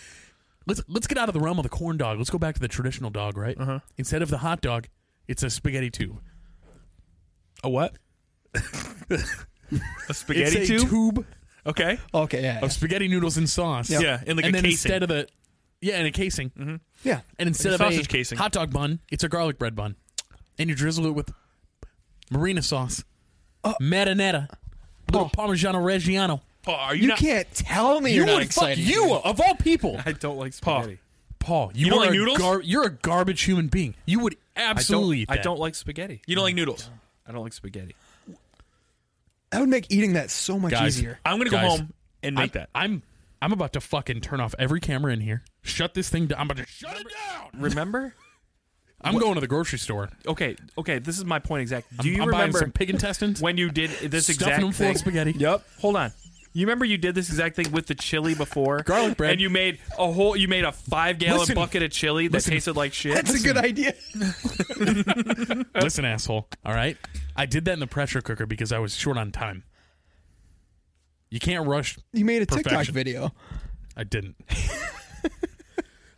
[SPEAKER 5] Let's let's get out of the realm of the corn dog. Let's go back to the traditional dog, right? Uh-huh. Instead of the hot dog, it's a spaghetti tube.
[SPEAKER 6] a what? a
[SPEAKER 5] It's
[SPEAKER 6] spaghetti
[SPEAKER 5] a
[SPEAKER 6] tube.
[SPEAKER 5] tube
[SPEAKER 6] Okay.
[SPEAKER 4] Okay, yeah, yeah.
[SPEAKER 5] of spaghetti noodles and sauce.
[SPEAKER 4] Yeah.
[SPEAKER 6] Yeah, in like
[SPEAKER 5] and then
[SPEAKER 6] a casing.
[SPEAKER 5] instead of the yeah, in a casing, mm-hmm.
[SPEAKER 4] yeah.
[SPEAKER 5] and instead
[SPEAKER 6] a
[SPEAKER 5] of
[SPEAKER 6] sausage
[SPEAKER 5] a
[SPEAKER 6] casing.
[SPEAKER 5] hot dog bun, it's a garlic bread bun, and you drizzle it with marina sauce, marinara, little
[SPEAKER 4] Oh.
[SPEAKER 5] Parmigiano Reggiano.
[SPEAKER 6] Paul, are you,
[SPEAKER 4] You
[SPEAKER 6] not?
[SPEAKER 4] can't tell me you are
[SPEAKER 5] you
[SPEAKER 4] not
[SPEAKER 5] would
[SPEAKER 4] excited.
[SPEAKER 5] fuck you of all people,
[SPEAKER 2] I don't like spaghetti.
[SPEAKER 5] Paul. You,
[SPEAKER 6] You don't
[SPEAKER 5] are
[SPEAKER 6] like
[SPEAKER 5] a
[SPEAKER 6] noodles?
[SPEAKER 5] gar- you're a garbage human being. You would
[SPEAKER 2] I
[SPEAKER 5] absolutely.
[SPEAKER 2] don't.
[SPEAKER 5] eat
[SPEAKER 2] I
[SPEAKER 5] that.
[SPEAKER 2] don't like spaghetti.
[SPEAKER 6] You don't like noodles.
[SPEAKER 2] I don't like spaghetti.
[SPEAKER 4] That would make eating that so much
[SPEAKER 5] Guys,
[SPEAKER 4] easier.
[SPEAKER 6] I'm gonna go
[SPEAKER 5] Guys,
[SPEAKER 6] home and make
[SPEAKER 5] I'm,
[SPEAKER 6] that.
[SPEAKER 5] I'm I'm about to fucking turn off every camera in here. Shut this thing down. I'm about to shut it down.
[SPEAKER 2] Remember?
[SPEAKER 5] I'm going to the grocery store.
[SPEAKER 2] Okay, okay. This is my point exactly. Do you
[SPEAKER 5] I'm buying
[SPEAKER 2] remember
[SPEAKER 5] some pig intestines.
[SPEAKER 2] when you did this
[SPEAKER 5] stuffing
[SPEAKER 2] exact
[SPEAKER 5] them full
[SPEAKER 2] thing?
[SPEAKER 5] of spaghetti.
[SPEAKER 2] Yep. Hold on. You remember you did this exact thing with the chili before
[SPEAKER 5] Garlic bread.
[SPEAKER 2] and you made a whole. You made a five gallon
[SPEAKER 5] Listen.
[SPEAKER 2] bucket of chili that
[SPEAKER 5] Listen.
[SPEAKER 2] tasted like shit.
[SPEAKER 4] That's a good idea.
[SPEAKER 5] Listen, asshole. All right, I did that in the pressure cooker because I was short on time. You can't rush.
[SPEAKER 4] You made a TikTok
[SPEAKER 5] Perfection.
[SPEAKER 4] video.
[SPEAKER 5] I didn't.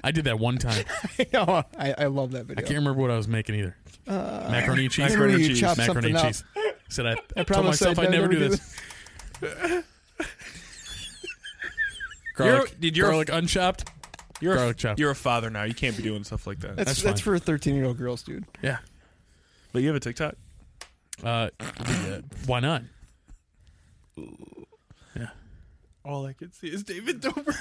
[SPEAKER 5] I did that one time.
[SPEAKER 4] I know. I, I love that
[SPEAKER 5] I
[SPEAKER 4] video.
[SPEAKER 5] can't remember what I was making either. macaroni and cheese.
[SPEAKER 4] remember
[SPEAKER 5] Macaroni and
[SPEAKER 4] you
[SPEAKER 5] cheese.
[SPEAKER 4] chopped
[SPEAKER 5] Macaroni and
[SPEAKER 4] something
[SPEAKER 5] cheese. Said I, I told
[SPEAKER 4] promised
[SPEAKER 5] myself
[SPEAKER 4] I'd
[SPEAKER 5] I'd never, do this. Garlic,
[SPEAKER 6] You're- did your-
[SPEAKER 5] garlic unchopped?
[SPEAKER 6] You're a,
[SPEAKER 5] garlic chop.
[SPEAKER 6] you're a father now. You can't be doing stuff like that.
[SPEAKER 4] That's
[SPEAKER 5] That's
[SPEAKER 4] that's,
[SPEAKER 5] fine.
[SPEAKER 4] for thirteen year old girls, dude.
[SPEAKER 5] Yeah.
[SPEAKER 6] but you have a TikTok.
[SPEAKER 5] Uh, the, uh, why not? Yeah,
[SPEAKER 6] All I can see is David Dobrik.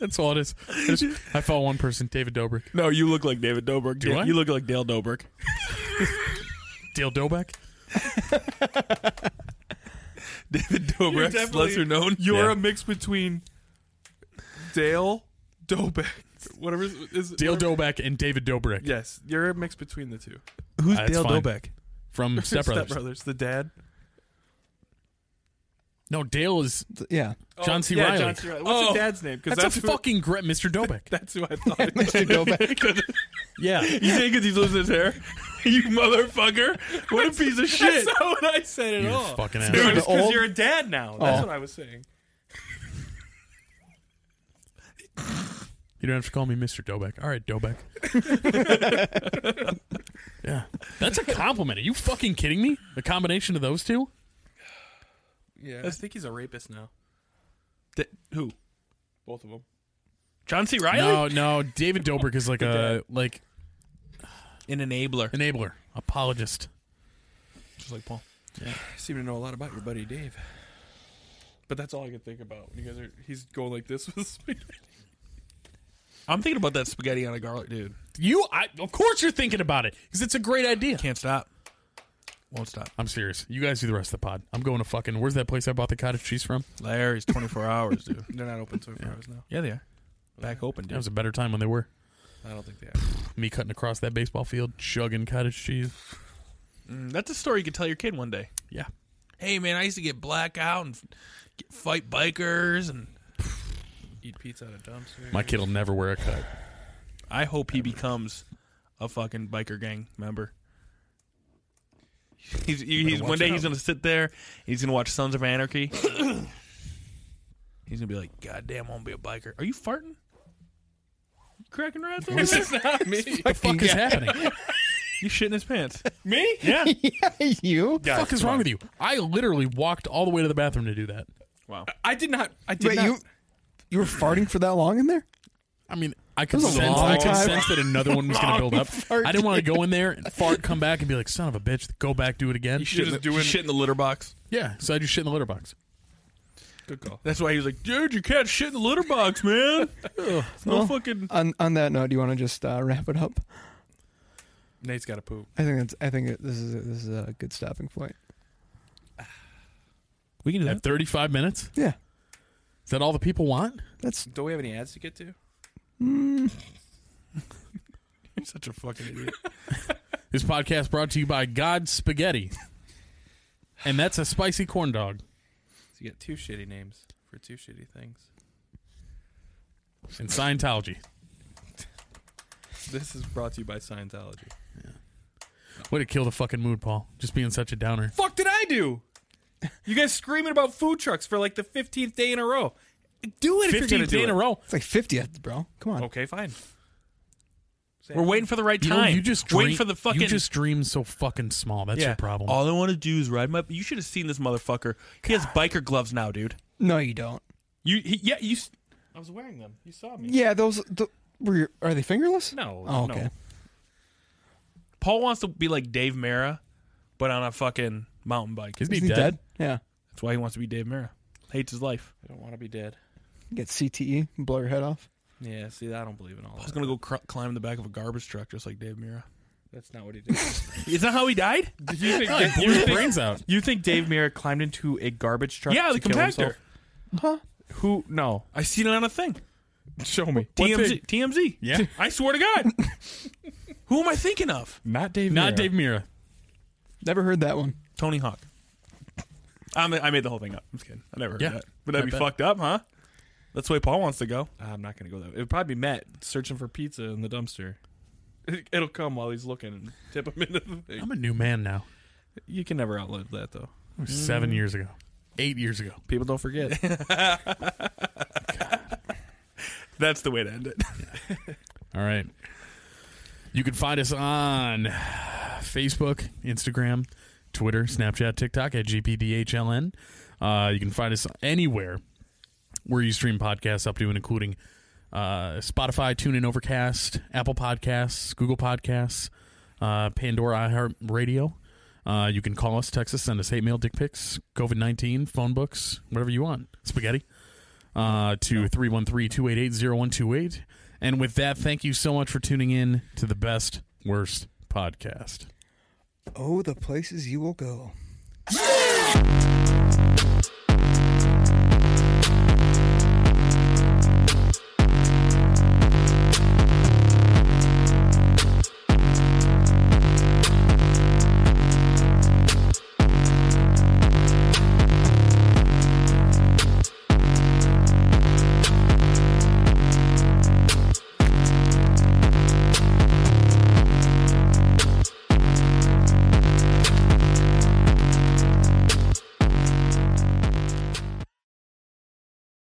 [SPEAKER 5] that's all it is. I, just, I follow one person, David Dobrik.
[SPEAKER 6] No, you look like David Dobrik.
[SPEAKER 5] Do
[SPEAKER 6] dude.
[SPEAKER 5] I?
[SPEAKER 6] You look like Dale Dobrik.
[SPEAKER 5] Dale Dobek.
[SPEAKER 6] David Dobrik's
[SPEAKER 2] definitely-
[SPEAKER 6] lesser known.
[SPEAKER 2] You're
[SPEAKER 5] Yeah.
[SPEAKER 2] a mix between Dale Dobek, whatever is, is
[SPEAKER 5] Dale
[SPEAKER 2] whatever-
[SPEAKER 5] Dobek and David Dobrik
[SPEAKER 2] Yes, you're a mix between the two.
[SPEAKER 6] Who's
[SPEAKER 5] That's
[SPEAKER 6] Dale
[SPEAKER 5] fine.
[SPEAKER 6] Dobrik?
[SPEAKER 5] from Step Brothers.
[SPEAKER 2] the dad.
[SPEAKER 5] No, Dale is
[SPEAKER 4] Th- Yeah,
[SPEAKER 5] John C.
[SPEAKER 2] Oh, Yeah,
[SPEAKER 5] Riley.
[SPEAKER 2] John C. Riley. What's
[SPEAKER 5] Oh.
[SPEAKER 2] the dad's name? Because
[SPEAKER 5] That's, a fucking great Mr. Dobek.
[SPEAKER 2] That's who I thought.
[SPEAKER 4] Mr. Dobek.
[SPEAKER 5] yeah,
[SPEAKER 6] You say because he's losing his hair? you motherfucker! What a piece of shit!
[SPEAKER 2] That's not what I said at
[SPEAKER 5] you
[SPEAKER 2] all.
[SPEAKER 5] fucking
[SPEAKER 4] Dude,
[SPEAKER 5] ass.
[SPEAKER 4] the
[SPEAKER 2] because
[SPEAKER 4] old-
[SPEAKER 2] you're a dad now. That's
[SPEAKER 4] Oh.
[SPEAKER 2] what I was saying.
[SPEAKER 5] You don't have to call me Mr. Dobek. All right, Dobek. yeah, that's a compliment. Are you fucking kidding me? The combination of those two.
[SPEAKER 2] Yeah, I think he's a rapist now.
[SPEAKER 6] D- who?
[SPEAKER 2] Both of them.
[SPEAKER 6] John C. Riley,
[SPEAKER 5] No, no. David Dobrik is like a like
[SPEAKER 6] an enabler,
[SPEAKER 5] enabler, apologist.
[SPEAKER 6] just like Paul.
[SPEAKER 2] seem to know a lot about your buddy Dave. But that's all I could think about. You guys are he's going like this with
[SPEAKER 6] I'm thinking about that spaghetti on a garlic, dude.
[SPEAKER 5] You, I, of course, you're thinking about it because it's a great idea.
[SPEAKER 6] Can't stop. Won't stop.
[SPEAKER 5] I'm serious. You guys do the rest of the pod. I'm going to fucking. Where's that place I bought the cottage cheese from?
[SPEAKER 6] Larry's 24 hours, dude.
[SPEAKER 2] They're not open 24 hours now.
[SPEAKER 6] Yeah, they are. Back open,
[SPEAKER 5] That
[SPEAKER 6] dude.
[SPEAKER 5] was a better time when they were.
[SPEAKER 2] I don't think they are.
[SPEAKER 5] Me cutting across that baseball field, chugging cottage cheese.
[SPEAKER 6] Mm, that's a story you could tell your kid one day.
[SPEAKER 5] Yeah.
[SPEAKER 6] Hey, man, I used to get blackout and f- get, fight bikers, and
[SPEAKER 2] Eat pizza at a dumpster.
[SPEAKER 5] My kid will never wear a cut.
[SPEAKER 6] I hope he becomes a fucking biker gang member. He's, he's one
[SPEAKER 5] watch
[SPEAKER 6] day
[SPEAKER 5] out.
[SPEAKER 6] he's gonna sit there. He's gonna watch Sons of Anarchy. he's gonna be like, "God damn, I'm gonna be a biker." Are you farting? You cracking rats? over there?
[SPEAKER 2] not me.
[SPEAKER 5] The fuck is happening?
[SPEAKER 6] you shitting his pants?
[SPEAKER 2] me?
[SPEAKER 5] Yeah.
[SPEAKER 4] yeah, you.
[SPEAKER 5] the fuck is wrong with you? I literally walked all the way to the bathroom to do that.
[SPEAKER 6] Wow.
[SPEAKER 2] I did not I did
[SPEAKER 4] Wait,
[SPEAKER 2] not
[SPEAKER 4] you you were farting for that long in there?
[SPEAKER 5] I mean, I could
[SPEAKER 4] That was a
[SPEAKER 5] sense,
[SPEAKER 4] long
[SPEAKER 5] I could
[SPEAKER 4] time.
[SPEAKER 5] sense that another one was going to build up.
[SPEAKER 4] fart.
[SPEAKER 5] I didn't want to go in there and fart, come back, and be like, "Son of a bitch, go back, do it again."
[SPEAKER 6] Shit in, the, shit in the litter box.
[SPEAKER 5] Yeah, so I just shit in the litter box.
[SPEAKER 2] good call.
[SPEAKER 6] That's why he was like, "Dude, you can't shit in the litter box, man." Ugh, no
[SPEAKER 4] Well,
[SPEAKER 6] fucking.
[SPEAKER 4] On on that note, do you want to just uh, wrap it up?
[SPEAKER 2] Nate's got to poop.
[SPEAKER 4] I think that's I think it, this is a, this is a good stopping point.
[SPEAKER 6] We can do
[SPEAKER 5] At 35 minutes,
[SPEAKER 4] Yeah,
[SPEAKER 5] is that all the people want?
[SPEAKER 4] that's
[SPEAKER 2] Do we have any ads to get to?
[SPEAKER 6] You're such a fucking idiot.
[SPEAKER 5] This podcast brought to you by God Spaghetti, and that's a spicy corn dog.
[SPEAKER 2] So you got two shitty names for two shitty things.
[SPEAKER 5] and Scientology.
[SPEAKER 2] This is brought to you by Scientology.
[SPEAKER 5] Way to kill the fucking mood, Paul. Just being such a downer.
[SPEAKER 2] Fuck did I do? You guys screaming about food trucks for like the 15th day in a row. Do it if you're
[SPEAKER 5] 15th
[SPEAKER 2] going to do
[SPEAKER 5] day in
[SPEAKER 2] it.
[SPEAKER 5] a row.
[SPEAKER 4] it's like fiftieth, bro. Come
[SPEAKER 5] Oh.
[SPEAKER 4] on.
[SPEAKER 2] Okay, fine.
[SPEAKER 6] We're waiting for the right
[SPEAKER 5] You, know,
[SPEAKER 6] time.
[SPEAKER 5] you just dream,
[SPEAKER 6] waiting for the fucking.
[SPEAKER 5] You just dream so fucking small. That's your problem.
[SPEAKER 6] All I want to do is ride my. You should have seen this motherfucker. He has biker gloves now, dude.
[SPEAKER 4] No, you don't.
[SPEAKER 6] You he, yeah you. s-
[SPEAKER 2] I was wearing them. You saw me.
[SPEAKER 4] Yeah, those th- were your, are they fingerless?
[SPEAKER 2] No.
[SPEAKER 4] Oh, okay.
[SPEAKER 2] No.
[SPEAKER 6] Paul wants to be like Dave Mara, but on a fucking mountain bike.
[SPEAKER 5] Isn't he
[SPEAKER 4] Isn't he
[SPEAKER 5] dead?
[SPEAKER 4] dead? Yeah.
[SPEAKER 6] That's why he wants to be Dave Mara. Hates his life.
[SPEAKER 2] I don't want to be dead.
[SPEAKER 4] Get CTE, blow your head off.
[SPEAKER 2] Yeah, see, I don't believe in all
[SPEAKER 6] Paul's
[SPEAKER 2] that.
[SPEAKER 6] gonna go cr- climb the back of a garbage truck just like Dave Mira.
[SPEAKER 2] That's not what he did.
[SPEAKER 6] Is that how he died?
[SPEAKER 2] you, think,
[SPEAKER 5] No, he blew his brains out.
[SPEAKER 2] you think Dave Mirra climbed into a garbage truck?
[SPEAKER 6] yeah,
[SPEAKER 2] to
[SPEAKER 6] the
[SPEAKER 2] kill
[SPEAKER 6] compactor.
[SPEAKER 2] himself? Who? No.
[SPEAKER 6] I seen it on a thing.
[SPEAKER 2] Show me.
[SPEAKER 6] TMZ. TMZ.
[SPEAKER 5] Yeah.
[SPEAKER 6] I swear to God. Who am I thinking of?
[SPEAKER 2] Not Dave.
[SPEAKER 5] Not Dave Mira.
[SPEAKER 4] Never heard that one.
[SPEAKER 6] Tony Hawk. I'm, I made the whole thing up. I'm just kidding. I never heard
[SPEAKER 5] Yeah,
[SPEAKER 6] that. But that'd
[SPEAKER 5] I
[SPEAKER 6] be
[SPEAKER 5] bet.
[SPEAKER 6] fucked up, huh? That's the way Paul wants to go.
[SPEAKER 2] I'm not gonna go that. It would probably be Matt searching for pizza in the dumpster. It'll come while he's looking and tip him into the thing.
[SPEAKER 5] I'm a new man now.
[SPEAKER 2] You can never outlive that though.
[SPEAKER 5] It was Seven
[SPEAKER 6] Mm.
[SPEAKER 5] years ago. Eight years ago.
[SPEAKER 2] People don't forget.
[SPEAKER 6] That's the way to end it.
[SPEAKER 5] All right. You can find us on Facebook, Instagram, Twitter, Snapchat, TikTok at GPDHLN. Uh, you can find us anywhere where you stream podcasts up to and including uh, Spotify, TuneIn, Overcast, Apple Podcasts, Google Podcasts, uh, Pandora, iHeartRadio. Uh, you can call us, text us, send us hate mail, dick pics, COVID 19, phone books, whatever you want, spaghetti, uh, to 313 288 0128. And with that, thank you so much for tuning in to the best, worst podcast.
[SPEAKER 4] Oh, the places you will go.